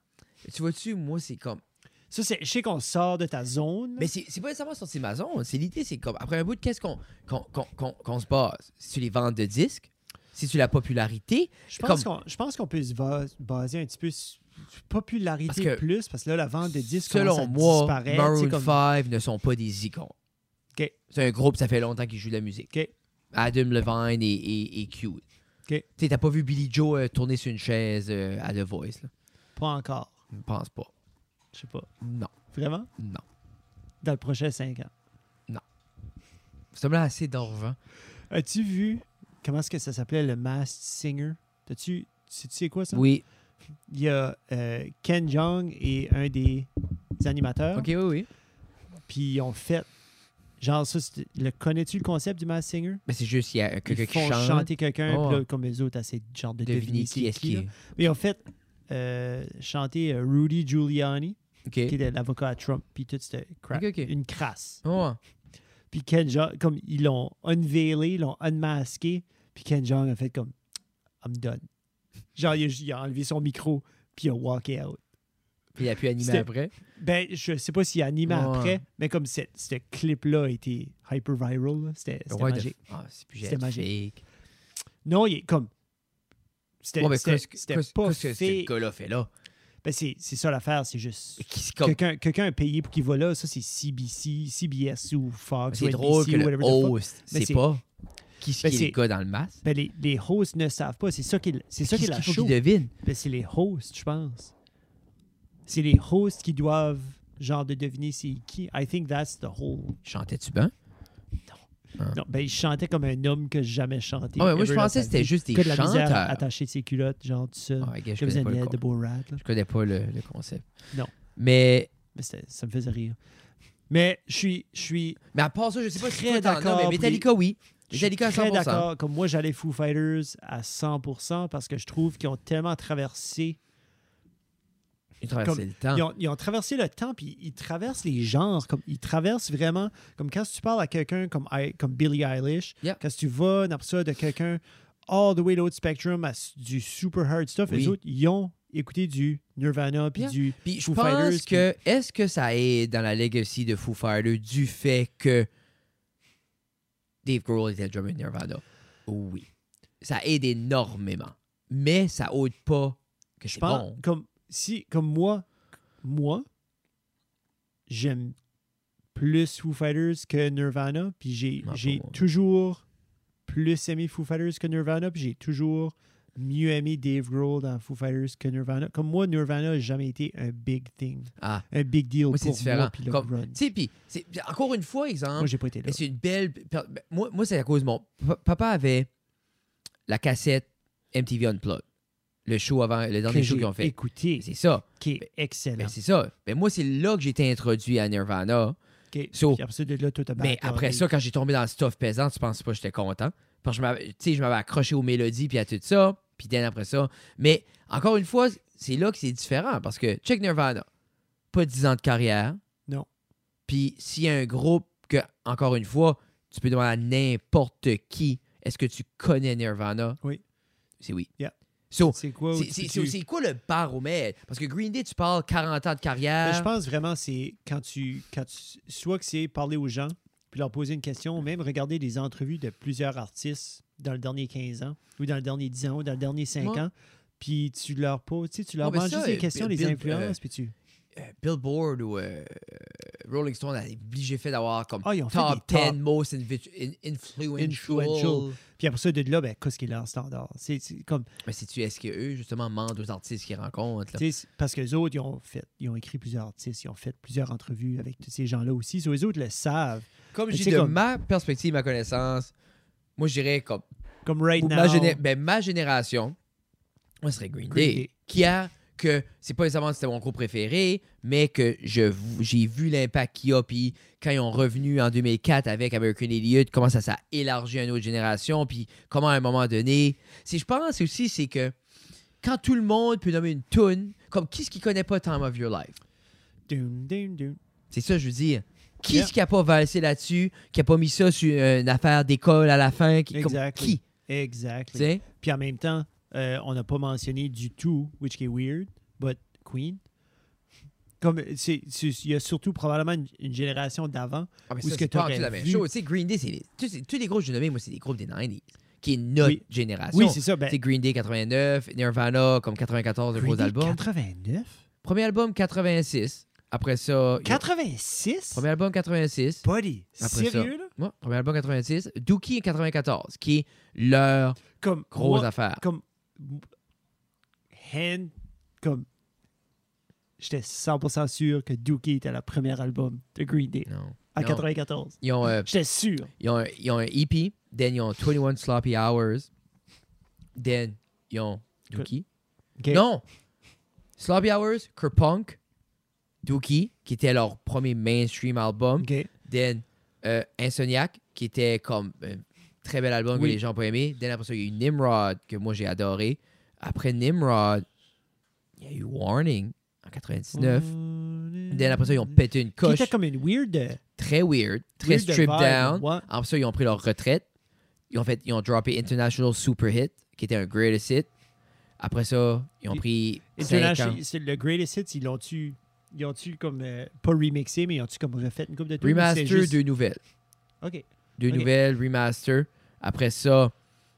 Tu vois-tu, moi c'est comme, Ça, c'est, je sais qu'on sort de ta zone. mais c'est c'est pas nécessairement sorti de ma zone, c'est l'idée, c'est comme après un bout de qu'est-ce qu'on qu'on qu'on- qu'on- qu'on se base, si tu les ventes de disques, si tu la popularité, je, pense comme- qu'on, je pense qu'on peut se va- baser un petit peu sur popularité Parce que- plus, parce que là, la vente de disques commence à selon moi, disparaître, tu sais, Maroon comme- 5 ne sont pas des icônes. OK. C'est un groupe, ça fait longtemps qu'ils jouent de la musique. OK. Adam Levine et, et, et Q. OK. Tu sais, t'as pas vu Billy Joe euh, tourner sur une chaise euh, à The Voice. là. Pas encore. Je pense pas. Je sais pas. Non, Vraiment? non. Dans le prochain 5 ans. C'est là assez d'argent. As-tu vu comment est-ce que ça s'appelait le Masked Singer? T'as-tu. sais tu sais quoi ça? Oui. Il y a euh, Ken Jeong et un des animateurs. OK, oui, oui. Puis ils ont fait. Genre, ça, c'était- le connais-tu le concept du Masked Singer? Mais c'est juste, il y a euh, quelqu'un Ils qui font chante. chanter quelqu'un, Oh, puis là, ouais. comme les autres, assez genre de deviner deviner qui c'est est-ce qui qui. là. est. Mais ils ont fait euh, chanter euh, Rudy Giuliani, qui OK. était l'avocat à Trump, puis toute cette crap. Ok, ok. Une crasse. Oh, ouais. Puis Ken Jeong, comme ils l'ont unveilé, ils l'ont unmasqué, puis Ken Jeong a fait comme I'm done. Genre, il a, il a enlevé son micro, puis il a walké out. Puis il a pu animer C'était- après. Ben, je sais pas s'il a animé Ouais. après, mais comme ce ce clip-là a été hyper viral, là, c'était c'était Ouais, de- magique. Ah, c'est plus C'était être magique. fake. Non, il est comme. C'était Ouais, mais c'était- qu'est-ce que- c'était qu'est-ce- pas qu'est-ce que ce fait. gars-là fait là? Ben, c'est c'est ça l'affaire, c'est juste. Qui se comme- Quelqu'un quelqu'un a payé pour qu'il va là, ça c'est CBC, CBS ou Fox ou C'est NBC drôle que ou le whatever the fuck. host, Mais c'est Oh, c'est- pas qui Mais c'est qui est c'est- le gars dans le masque. Ben, les, les hosts ne savent pas, c'est ça qui est- c'est ça qui est Qu'est-ce la qu'il faut show. qu'il devine? Ben, c'est les hosts, je pense. C'est les hosts qui doivent, genre, de deviner c'est qui. I think that's the whole. Chantais-tu bien? Non, ben, il chantait comme un homme que j'ai jamais chanté. Ah ouais, moi, ever je dans pensais sa que c'était vie. juste des Que de la misère chanteurs. attachée de ses culottes, genre, tout ça. Ah, gars, je Comme connais pas le Zaniel de con- Beau Rat, là. je connais pas le, le concept. Non. Mais, Mais c'était- ça me faisait rire. Mais je suis, je suis, mais à part ça, je sais pas si Très toi, t'en as, d'accord, mais Metallica, oui. je suis Metallica à très 100%. d'accord. Comme moi, j'allais Foo Fighters à 100% parce que je trouve qu'ils ont tellement traversé Ils traversaient Comme- le temps. Ils ont, ils ont traversé le temps, puis ils traversent les genres. Comme, ils traversent vraiment. Comme quand tu parles à quelqu'un comme, I- comme Billie Eilish, Yeah. quand tu vas dans ça de quelqu'un all the way l'autre spectrum à s- du super hard stuff, Oui. les autres, ils ont écouté du Nirvana, puis Yeah. du. Puis je Foo pense Fighters, puis- que est-ce que ça aide dans la legacy de Foo Fighters du fait que Dave Grohl était le drummer de Nirvana? Oui. Ça aide énormément. Mais ça aide pas que Je je pense, bon. comme, si, comme moi, moi, j'aime plus Foo Fighters que Nirvana, puis j'ai Ah, j'ai pas moi. toujours plus aimé Foo Fighters que Nirvana, puis j'ai toujours mieux aimé Dave Grohl dans Foo Fighters que Nirvana. Comme moi, Nirvana n'a jamais été un big thing, Ah, un big deal moi, c'est pour différent. moi, puis le Comme- run. Tu sais, puis c'est- puis encore une fois, exemple. Moi, j'ai pas été là. Mais c'est une belle. per- ben, Moi, moi c'est à cause de mon. pa- Papa avait la cassette MTV Unplugged. Le show avant. Le dernier Que show j'ai qu'ils ont fait. écouté, C'est ça. qui est Ben, excellent. c'est ça. Ben, moi, c'est là que j'ai été introduit à Nirvana. Ok, so- puis après ça, de là, tout a Mais après ça, quand j'ai tombé dans le stuff pesant, tu penses pas que j'étais content? Parce que je m'avais- tu sais, je m'avais accroché aux mélodies puis à tout ça. Puis then après ça. Mais encore une fois, c'est là que c'est différent. Parce que check Nirvana. Pas 10 ans de carrière. Non. Puis s'il y a un groupe que, encore une fois, tu peux demander à n'importe qui est-ce que tu connais Nirvana? Oui. C'est oui. Yeah. So, c'est quoi? c'est- où c'est tu- c'est- c'est quoi le baromètre? Parce que Green Day, tu parles 40 ans de carrière. Mais Ben, je pense vraiment c'est quand tu, quand tu- soit que c'est parler aux gens puis leur poser une question, ou même regarder des entrevues de plusieurs artistes dans le dernier 15 ans ou dans le dernier 10 ans ou dans le dernier 5 Ouais. ans, puis tu leur poses, tu sais, tu leur Ouais, mais demandes ça, juste euh, des questions, Bill- les Bill, influences, puis tu euh, Billboard ou euh, Rolling Stone a obligé fait d'avoir comme Ah, ils ont fait top des 10 top. most invi- in- influential. Influential. puis après ça de là ben qu'est-ce qui est leur standard C'est c'est comme Mais si tu est-ce que eux justement mentent aux artistes qu'ils rencontrent là? tu sais, c'est- parce que les autres ils ont fait, ils ont écrit plusieurs artistes, ils ont fait plusieurs entrevues avec tous ces gens-là aussi, so, les autres le savent. Comme Mais je tu dis sais, de comme- ma perspective, ma connaissance, moi je dirais comme Comme right ou now. ma, géné- ben, ma génération, moi ce serait Green, Green Day, Day. qui a que c'est pas nécessairement que c'était mon groupe préféré, mais que je v- j'ai vu l'impact qu'il a, puis quand ils ont revenu en 2004 avec American Idiot, comment ça ça a élargi à une autre génération, puis comment à un moment donné, c'est je pense aussi c'est que quand tout le monde peut nommer une tune, comme qui ce qui connaît pas Time of Your Life, Doom, doom, doom. c'est ça je veux dire. Qui Yeah. ce qui a pas valsé là-dessus, qui a pas mis ça sur une affaire d'école à la fin, qui comme, Exactly. qui, tu Exactly. sais? Puis en même temps, euh, on n'a pas mentionné du tout, which is weird, but Queen. Comme euh, c'est, c'est- il y a surtout probablement une, une génération d'avant. Ah, mais Ou ça, ce c'est que pas en t'aurais tout la même vu. chose. Tu sais, Green Day, c'est les- tous, tous les groupes que j'ai nommés, moi, c'est des groupes des 90s, qui est notre Oui. génération. Oui, c'est ça. Ben, c'est Green Day 89, Nirvana comme 94, de Green gros Day albums. 89. Premier album 86, Après ça, il y a- 86? premier album 86. Buddy, Après ça. sérieux, là? Ouais, premier album 86. Dookie en 94, qui est leur Comme, grosse moi, affaire. comme, hand, comme, j'étais 100% sûr que Dookie était le premier album de Green Day Non. en Non. 94. Ils ont, euh, J'étais sûr. ils, ont, un- ils ont un EP, then ils ont 21 Sloppy Hours, then ils ont Dookie. OK. Non! Sloppy Hours, Kerpunk, Dookie, qui était leur premier mainstream album, OK. then euh, Insomniac, qui était comme un très bel album Oui. que les gens n'ont pas aimé, then après ça, il y a eu Nimrod, que moi j'ai adoré. Après Nimrod, il y a eu Warning en 99. Then après ça, ils ont pété une Qui coche était comme une weird... euh, très weird, très weird stripped vibe, down. ouais. Après ça, ils ont pris leur retraite. Ils ont, fait, ils ont droppé International Super Hit, qui était un greatest hit. Après ça, ils ont pris cinq ans. International, c'est le Greatest Hits, ils l'ont-tu... Ils ont-tu comme... euh, pas remixé, mais ils ont-tu comme refait une coupe de tunes, ou c'est Remaster, juste- deux nouvelles. OK. Deux Ok. nouvelles, remaster. Après ça,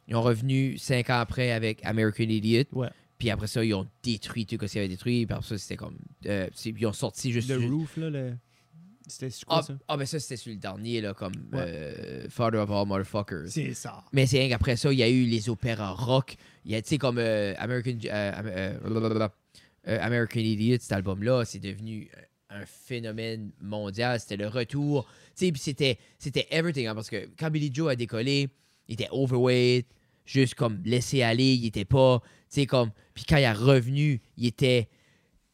ils ont revenu cinq ans après avec American Idiot. Ouais. Puis après ça, ils ont détruit tout ce qu'ils avaient détruit. Puis après ça, c'était comme... euh, c'est- ils ont sorti juste... Le juste- roof, là, le... C'était c'est quoi, ah, ça? ah, ben ça, c'était sur le dernier, là, comme... Ouais. euh, Father of All Motherfuckers. C'est ça. Mais c'est rien qu'après ça, il y a eu les opéras rock. Il y a, tu sais, comme euh, American, euh, Am- euh, blablabla, euh, American Idiot, cet album-là, c'est devenu euh, un phénomène mondial. C'était le retour. Tu sais, puis c'était, c'était everything. hein, parce que quand Billy Joe a décollé, il était overweight, juste comme laissé aller, il était pas. Tu sais, comme. Puis quand il est revenu, il était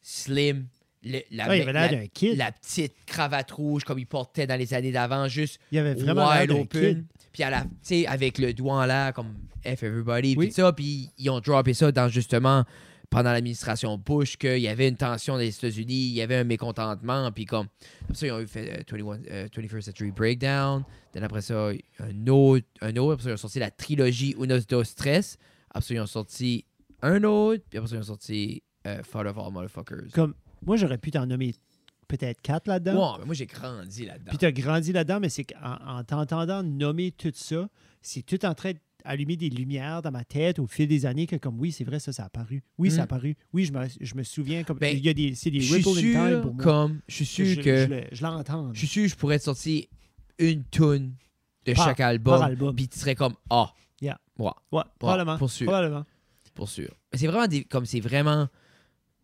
slim. Le- la, Ah, il avait la- l'air d'un kid. la petite cravate rouge comme il portait dans les années d'avant, juste Il avait vraiment l'air wide d'un open. kid. Puis à la, tu sais, avec le doigt en l'air, comme F everybody, Oui. puis tout ça. Puis ils ont droppé ça dans justement pendant l'administration Bush, qu'il y avait une tension dans les États-Unis, il y avait un mécontentement, puis comme. Après ça, ils ont eu fait euh, 21, euh, 21st Century Breakdown. Then après ça, un autre, un autre. Après ça, ils ont sorti la trilogie Unos Dos Tres. Après ça, ils ont sorti un autre. Puis après ça, ils ont sorti euh, Fall of All Motherfuckers. Comme, moi, j'aurais pu t'en nommer peut-être quatre là-dedans. Ouais, mais moi, j'ai grandi là-dedans. Puis t'as grandi là-dedans, mais c'est qu'en en t'entendant nommer tout ça, c'est tout en train d'allumer des lumières dans ma tête au fil des années que comme oui, c'est vrai, ça, ça a apparu. Oui, Mm. ça a apparu. Oui, je me, je me souviens comme Ben, il y a des c'est des Je suis ripples in time sûr, pour moi. comme, je suis Je, sûr je- que... je le- je l'entends. Je suis sûr que je pourrais te sortir une tune de Par- chaque album. par album. Puis tu serais comme Ah, Yeah. moi, Ouais, probablement. pour sûr. Probablement. pour sûr. Mais c'est vraiment des- comme c'est vraiment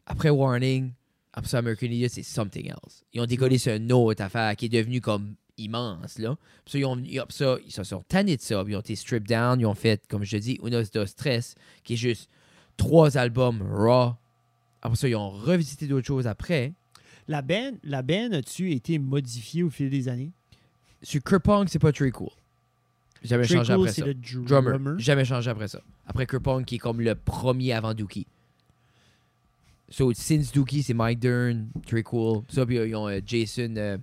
après Warning, après ça American Idiot, c'est something else. Ils ont décollé sur une autre affaire qui est devenue comme immense là. Puis ça, ils ont ils- puis ça, ils se sont tannés de ça, puis ils ont été stripped down, ils ont fait comme je te dis Unos dos Tres qui est juste trois albums raw. Après ça, ils ont revisité d'autres choses après. La benne, la benne a-tu été modifiée au fil des années? Sur Kerpong, c'est pas très cool. J'avais Trey changé Cool, après c'est ça. le dr- drummer. Drummer. Jamais changé après ça. Après Kerpong, qui est comme le premier avant Dookie. So, since Dookie, c'est Mike Dern, très cool. Ça, puis euh, ils ont euh, Jason. euh,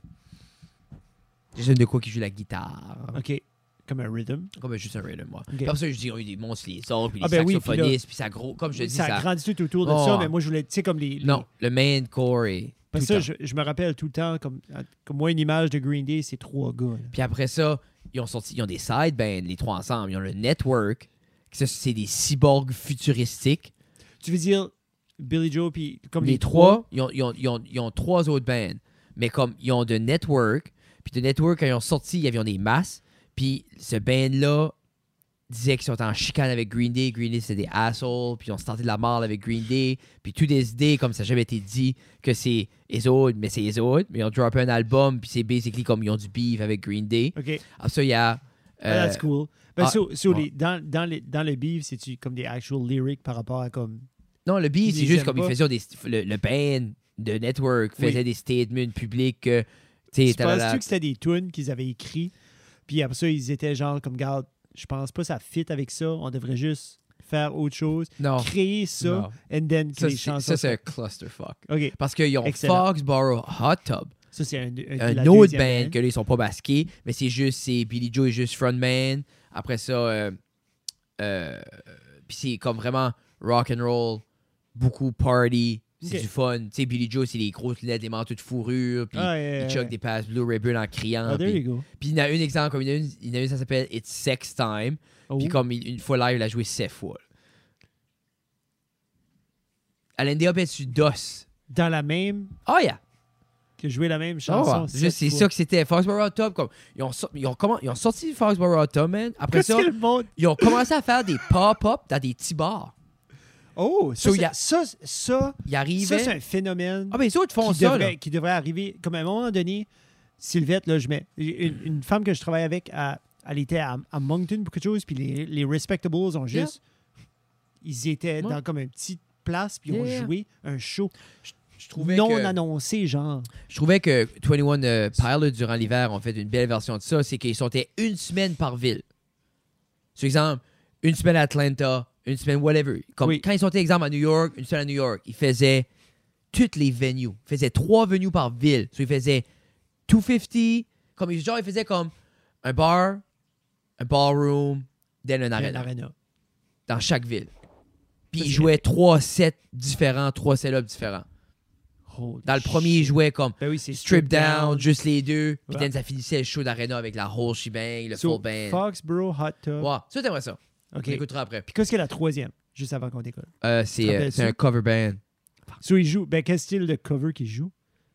Jason de quoi qui joue la guitare. OK. Comme un rhythm. Comme euh, juste un rhythm, moi. Ok. Comme ça, je dis, ils ont eu des monstres, les autres, puis les Ah, ben oui, puis saxophonistes, puis, ça gros. Comme je te dis, ça ça. a grandi tout autour de Oh, ça, ouais. mais moi, je voulais, tu sais, comme les... les- Non, le main core est. Parce tout le que Ben ça, temps. je, je me rappelle tout le temps, comme, comme moi, une image de Green Day, c'est trois gars. là. Puis après ça, ils ont sorti, ils ont des side bands, les trois ensemble. Ils ont le Network. que Ça, c'est des cyborgs futuristiques. Tu veux dire Billy Joe, puis comme les, trois, ils ont, ils ont- ils ont- ils ont trois autres bands. Mais comme ils ont de Network, puis de Network, quand ils ont sorti, ils avaient des masses. Puis ce band-là disait qu'ils sont en chicane avec Green Day. Green Day, c'est des assholes. Puis ils ont starté de la marde avec Green Day. Puis toutes des idées, comme ça n'a jamais été dit, que c'est les autres, mais c'est les autres. Mais ils ont droppé un album, puis c'est basically comme ils ont du beef avec Green Day. OK, Après ça, il y a. Ah, euh, that's cool. Ben, ah, so- so ouais. les- dans, dans, les, dans le beef, c'est-tu comme des actual lyrics par rapport à comme... Non, le beef, Ils c'est les juste aiment comme ils pas. faisaient des, le, le band de Network faisait Oui. des statements publics que. tu sais, Tu talala. penses-tu que c'était des tunes qu'ils avaient écrit puis après ça, ils étaient genre comme, garde, je pense pas ça fit avec ça, on devrait juste faire autre chose, Non. créer ça, and then que Ah. Ça, les c'est- chansons... ça, c'est soient- un clusterfuck. OK, Parce qu'ils ont Excellent. Foxborough Hot Tub, ça c'est un, un- un la autre deuxième hein. band que là, ils sont pas basqués, mais c'est juste, c'est Billy Joe est juste frontman. Après ça, euh, euh, puis c'est comme vraiment rock and roll, beaucoup party, c'est Ok. du fun. Tu sais, Billy Joe, c'est des grosses lunettes, des manteaux de fourrure, puis Ah, yeah, il yeah, chuck yeah. des passes Blue Ribbon en criant. Ah, there puis- you go. puis il y en a une exemple, comme il y en a une, il y en a une, ça s'appelle It's Sex Time. Oh. Puis comme il- une fois live, il a joué 7 fois. Elle a endé up être sur DOS. Dans la même... Oh yeah! qui a joué la même Ah ouais, chanson. juste, c'est ça que c'était. Foxborough Top, comme. Ils ont, sor- ils ont, comment, ils ont sorti Foxborough Top, man. Après Qu'est-ce ça, que le monde. ils ont commencé à faire des pop-up dans des petits bars. Oh, ça, So, c'est- y a- ça, ça, Ils ça, arrivaient. c'est un phénomène ah, ben, les autres font qui, ça, devrait, là. qui devrait arriver. Comme à un moment donné, Sylvette, là, je mets. Une, une femme que je travaille avec, à- elle était à, à Moncton pour quelque chose, puis les, les Respectables ont Yeah. juste. Ils étaient Ouais. dans comme une petite place, puis ils ont Yeah, yeah. joué un show Je trouvais non que- annoncé, genre. Je trouvais que 21 euh, Pilots, durant l'hiver, ont fait une belle version de ça. C'est qu'ils sortaient une semaine par ville. Sur exemple, une semaine à Atlanta, une semaine whatever. Comme Oui. Quand ils sortaient, exemple, à New York, une semaine à New York, ils faisaient toutes les venues. Ils faisaient trois venues par ville. So, ils faisaient 250. Comme, ils- genre, ils faisaient comme un bar, un ballroom, then un Arena. arena dans chaque ville. Puis Ça, ils c'est- jouaient trois sets différents, trois setups différents. Dans le premier, ils jouaient comme Ben oui, c'est Strip down, juste les deux. Puis Ouais. then ça finissait le show d'arena avec la whole shebang, le So, full band. Foxborough Hot Tub. Ouais, ça t'aimerais ça. OK. On écoutera après. Puis qu'est-ce que la troisième, juste avant qu'on décolle? Euh, c'est, euh, Rappelle-tu? c'est un cover band. So, il joue. Ben, quel style de cover qu'il joue?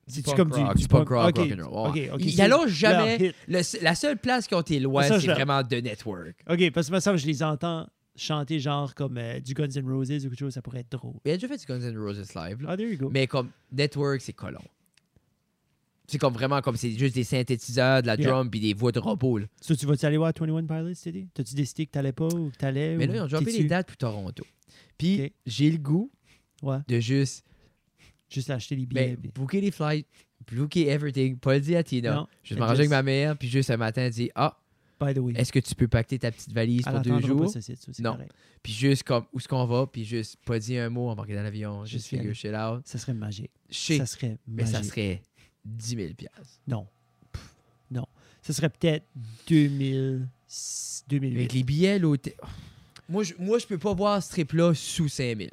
C'est-tu punk comme du, rock, du du punk rock, OK. rock'n'roll, ouais. OK, OK, Il- il c'est allonge jamais. leur hit. Le se- la seule place qui ont été loin, Ça, je c'est l'ai- vraiment de Network. OK, parce que me semble que je les entends chanter genre comme euh, du Guns N' Roses ou quelque chose, ça pourrait être drôle. Il a déjà fait du Guns N' Roses live. là. Ah, there you go. Mais comme Network, c'est colon. C'est comme vraiment comme c'est juste des synthétiseurs, de la Yeah. drum puis des voix de robots. là. So, tu vas-tu aller voir 21 Pilots, cet été? T'as-tu décidé que t'allais pas ou que t'allais? Mais ou là, ils ont droppé t'es-tu- les dates pour Toronto. Puis Ok. j'ai le goût Ouais, de juste juste acheter les billets. Ben, puis- booker les flights, booker everything, pas le dire à Tina. Non, je elle me rangeais juste- avec ma mère, puis juste un matin, elle dit Ah, By the way, est-ce que tu peux pacter ta petite valise elle pour deux entendra pas jours ce site, ça, c'est Non. correct. Puis juste comme où est-ce qu'on va, puis juste pas dire un mot, embarquer dans l'avion, Je juste suis allé. figure shit out. Ça serait magique. Shit, Ça serait magique. mais ça serait 10 000 piastres. Non. Pff, non. Ce serait peut-être 2000, 2008. Avec les billets, l'hôtel. oh. Moi je, moi, je peux pas voir ce trip-là sous 5 000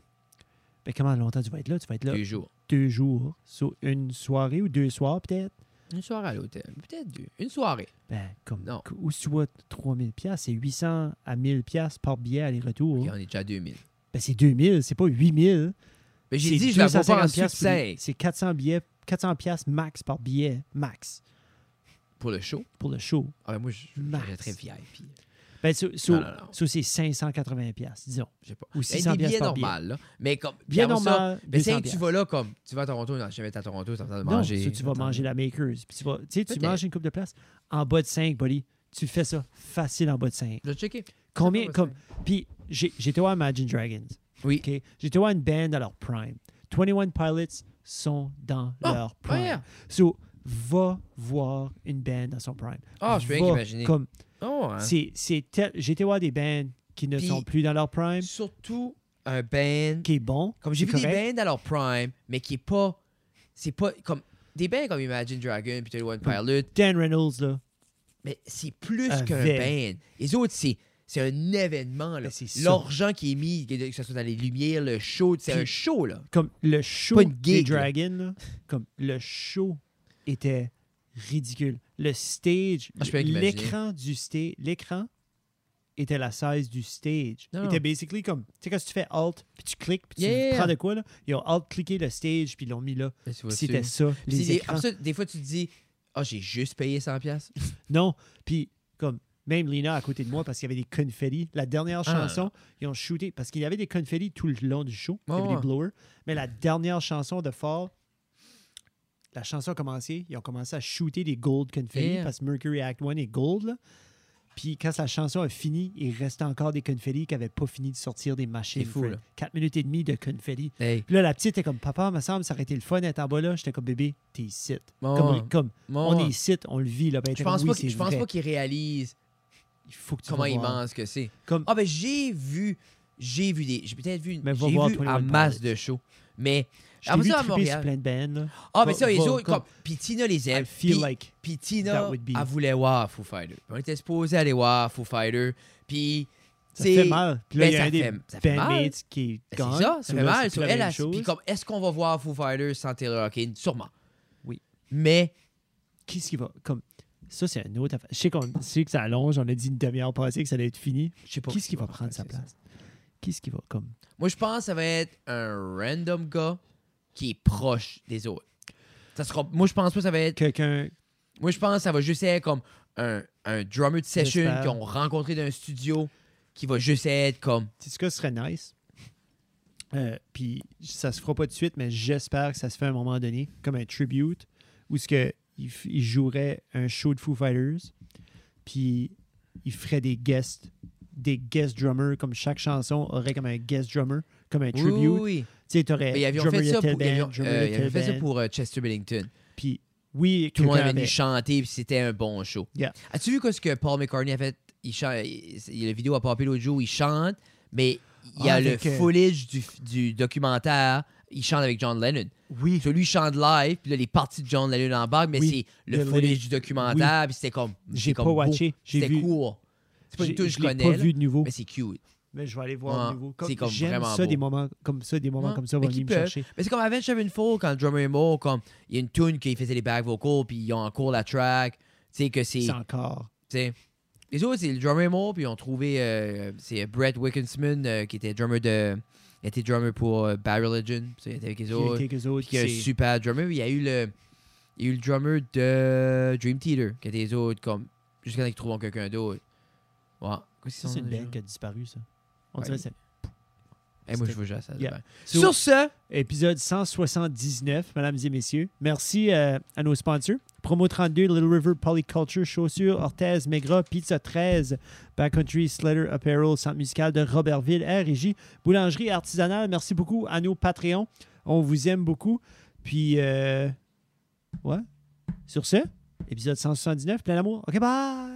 Ben, comment longtemps tu vas être là? Tu vas être là deux jours. deux jours. So, une soirée ou deux soirs, peut-être? Une soirée à l'hôtel, peut-être deux. Une soirée. Ben, comme. Non. que- Où tu vas 3000 pièces c'est 800 à 1000 pièces par billet aller-retour. Et on est déjà à 2 000 Ben, c'est 2000, c'est pas 8000. Mais j'ai C'est dit, je vais avoir en 250 dessous de piastres pour les- 5 C'est 400 billets, 400 pièces max par billet, max, pour le show. pour le show. Ah, ben, moi, je je- Max. j'achèterais VIP. Ben, so, so- Non, non, non. so, c'est 580 pièces, disons. Je sais pas. Ou Ben, 600 des billets piastres par billet. normal, là. Mais comme. puis Bien avant ça, normal, Mais c'est 200 que tu vas là comme. Tu vas à Toronto, non, je vais être à Toronto, t'es en train de Non, manger. ça, tu vas Attends. manger la Makers. Puis tu vas, tu sais, tu Peut-être. manges une coupe de place en bas de 5, buddy. Tu fais ça facile en bas de 5. Je vais checker. Combien bas de comme puis j'ai- j'étais voir Imagine Dragons. Oui. OK, j'étais voir une band à leur prime. 21 Pilots sont dans Ah, leur Ah, prime. yeah. So va voir une band dans son prime. Ah, je peux rien Va qu'imaginer. Comme Oh, hein. c'est c'est tel- j'étais voir des bands qui ne Puis- sont plus dans leur prime Surtout un band. qui est bon. Comme j'ai vu correct. des bands à leur prime, mais qui est pas. C'est pas. Comme. Des bands comme Imagine Dragon puis One Hum. Pilot, Dan Reynolds là, mais c'est plus Avec. qu'un band. Les autres, c'est. C'est un événement, là. Ben, c'est ça. L'argent qui est mis, que que ce soit dans les lumières, le show, c'est Puis- un show, là. comme le show Pas une des gig, là. Dragons, là, comme le show était ridicule. Le stage, Ah, je peux imaginer. l'écran du stage, l'écran était la size du stage. Non. C'était basically comme, tu sais, quand tu fais Alt, puis tu cliques, puis tu Yeah. prends de quoi, là, ils ont Alt-cliqué le stage, puis ils l'ont mis là. Là, tu Puis vois-tu? C'était ça, Puis les c'est des- écrans. après ça, des fois, tu te dis, ah, j'ai juste payé 100$. piastres. Non, puis comme même Lina à côté de moi parce qu'il y avait des confettis. La dernière Ah. chanson, ils ont shooté parce qu'il y avait des confettis tout le long du show. Il y avait Ouais, des ouais. blowers. Mais la dernière chanson de Fall, la chanson a commencé. Ils ont commencé à shooter des gold confettis Yeah. parce que Mercury Act 1 est gold. là. Puis quand la chanson a fini, il restait encore des confettis qui n'avaient pas fini de sortir des machines. C'est fou, Fred. là. Quatre minutes et demie de confettis. Hey, Puis là, la petite était comme Papa, me semble, ça aurait été le fun d'être en bas là. J'étais comme bébé, t'es ici. Ouais, Comme- ouais. comme mon- on est ici, on le vit. Là, Ben, elle Je était pense, comme, pas oui, qu'il- c'est je pense vrai. pas qu'ils réalisent Il faut que tu comment vas voir. immense que c'est. Comme- Ah ben j'ai vu, j'ai vu des, j'ai peut-être vu, une- Mais va j'ai voir vu 21 en masse Pilots. de shows. Mais Je t'ai après vu ça à triper sur Montréal. plein de bands. là. Ah Va- mais ça les va- autres, comme- comme, puis Tina les I aime. feel puis- like. Puis that Tina, would be- elle voulait voir Foo Fighter. On était supposé aller voir Foo Fighter. Puis Ça c'est- fait mal. Puis là, ben, il y a ça un des fait- ça fait mal. Ben, bandmates qui est C'est gone. ça, ça So là, fait mal. c'est plus sur la elle, même elle- chose. puis comme est-ce qu'on va voir Foo Fighter sans Taylor Hawkins Sûrement. Oui. Mais Qu'est-ce qui va. Comme... Ça, c'est un autre affaire. Je sais qu'on sait que ça allonge. On a dit une demi-heure passée que ça allait être fini. je sais pas. Qu'est-ce qui va prendre sa place? Qu'est-ce qui va. Comme... Moi je pense que ça va être un random gars qui est proche des autres. Ça sera, moi, je pense pas que ça va être. Quelqu'un. Moi, je pense que ça va juste être comme un, un drummer de session J'espère. qu'ils ont rencontré d'un studio qui va juste être comme. Tu sais ce que ce serait nice? Euh, Puis ça se fera pas de suite, mais j'espère que ça se fait à un moment donné, comme un tribute, où ce que il, f- il jouerait un show de Foo Fighters, puis il ferait des guests, des guest drummers, comme chaque chanson aurait comme un guest drummer, comme un Oui, tribute. oui, oui. Tu sais, t'aurais Mais ils avaient drummer fait de ça telle pour, ils band, avaient- drummer euh, de ils avaient telle fait ça band. pour euh, Chester Bennington. Puis oui, Tout le monde quelqu'un avait venu avait- chanter, puis c'était un bon show. Yeah. As-tu vu quoi, ce que Paul McCartney a fait? Il chante, il- il- la vidéo a popé l'autre jour, il chante, mais il y a Ah, le avec, euh, footage du, du documentaire. Il chante avec John Lennon. Oui, Celui il chante live, puis là, les parties de John Lennon en bas, mais Oui. c'est le Le footage Lennon. du documentaire, puis c'était comme. j'ai c'était pas comme beau. watché. J'ai C'était vu. court. C'est pas j'ai- une touche que je l'ai connais, pas là, vu de nouveau. mais c'est cute. Mais Ben, je vais aller voir Ouais, de nouveau. Ah, c'est Comme, comme j'aime vraiment ça, beau. des moments comme ça, des moments Ouais, comme ça mais vont qui venir me peuvent. chercher. Mais c'est comme avec Chevin Four, quand Drummer et Moore, comme il y a une tune qui faisait les back vocals, puis ils ont encore la track. Tu sais, que c'est. C'est encore. T'sais, Les autres, c'est le drummer mort, puis ils ont trouvé. euh, c'est Brett Wickensman, euh, qui était drummer de. Il était drummer pour euh, Bad Religion, puis ça, il était avec les Il y a autres. quelques autres Puis qui est un qui. c'est- super drummer. Il y a eu le. Il y a eu le drummer de Dream Theater, qui était les autres, comme. Jusqu'à ce qu'ils trouvent quelqu'un d'autre. Ouais. Qu'est-ce Ça, qu'ils c'est sont une déjà? bande qui a disparu, ça. On Ouais. dirait que c'est Eh, moi, je veux juste ça. Yeah. Sur, Sur- ce, épisode 179, mesdames et messieurs. Merci euh, à nos sponsors. Promo 32, Little River Polyculture, Chaussures, Orthez, Maigra, Pizza 13, Backcountry, Slater Apparel, Centre musical de Robertville, R&J, Boulangerie artisanale. Merci beaucoup à nos Patreons. On vous aime beaucoup. Puis, euh, ouais. Sur ce, épisode 179, plein d'amour. OK, bye!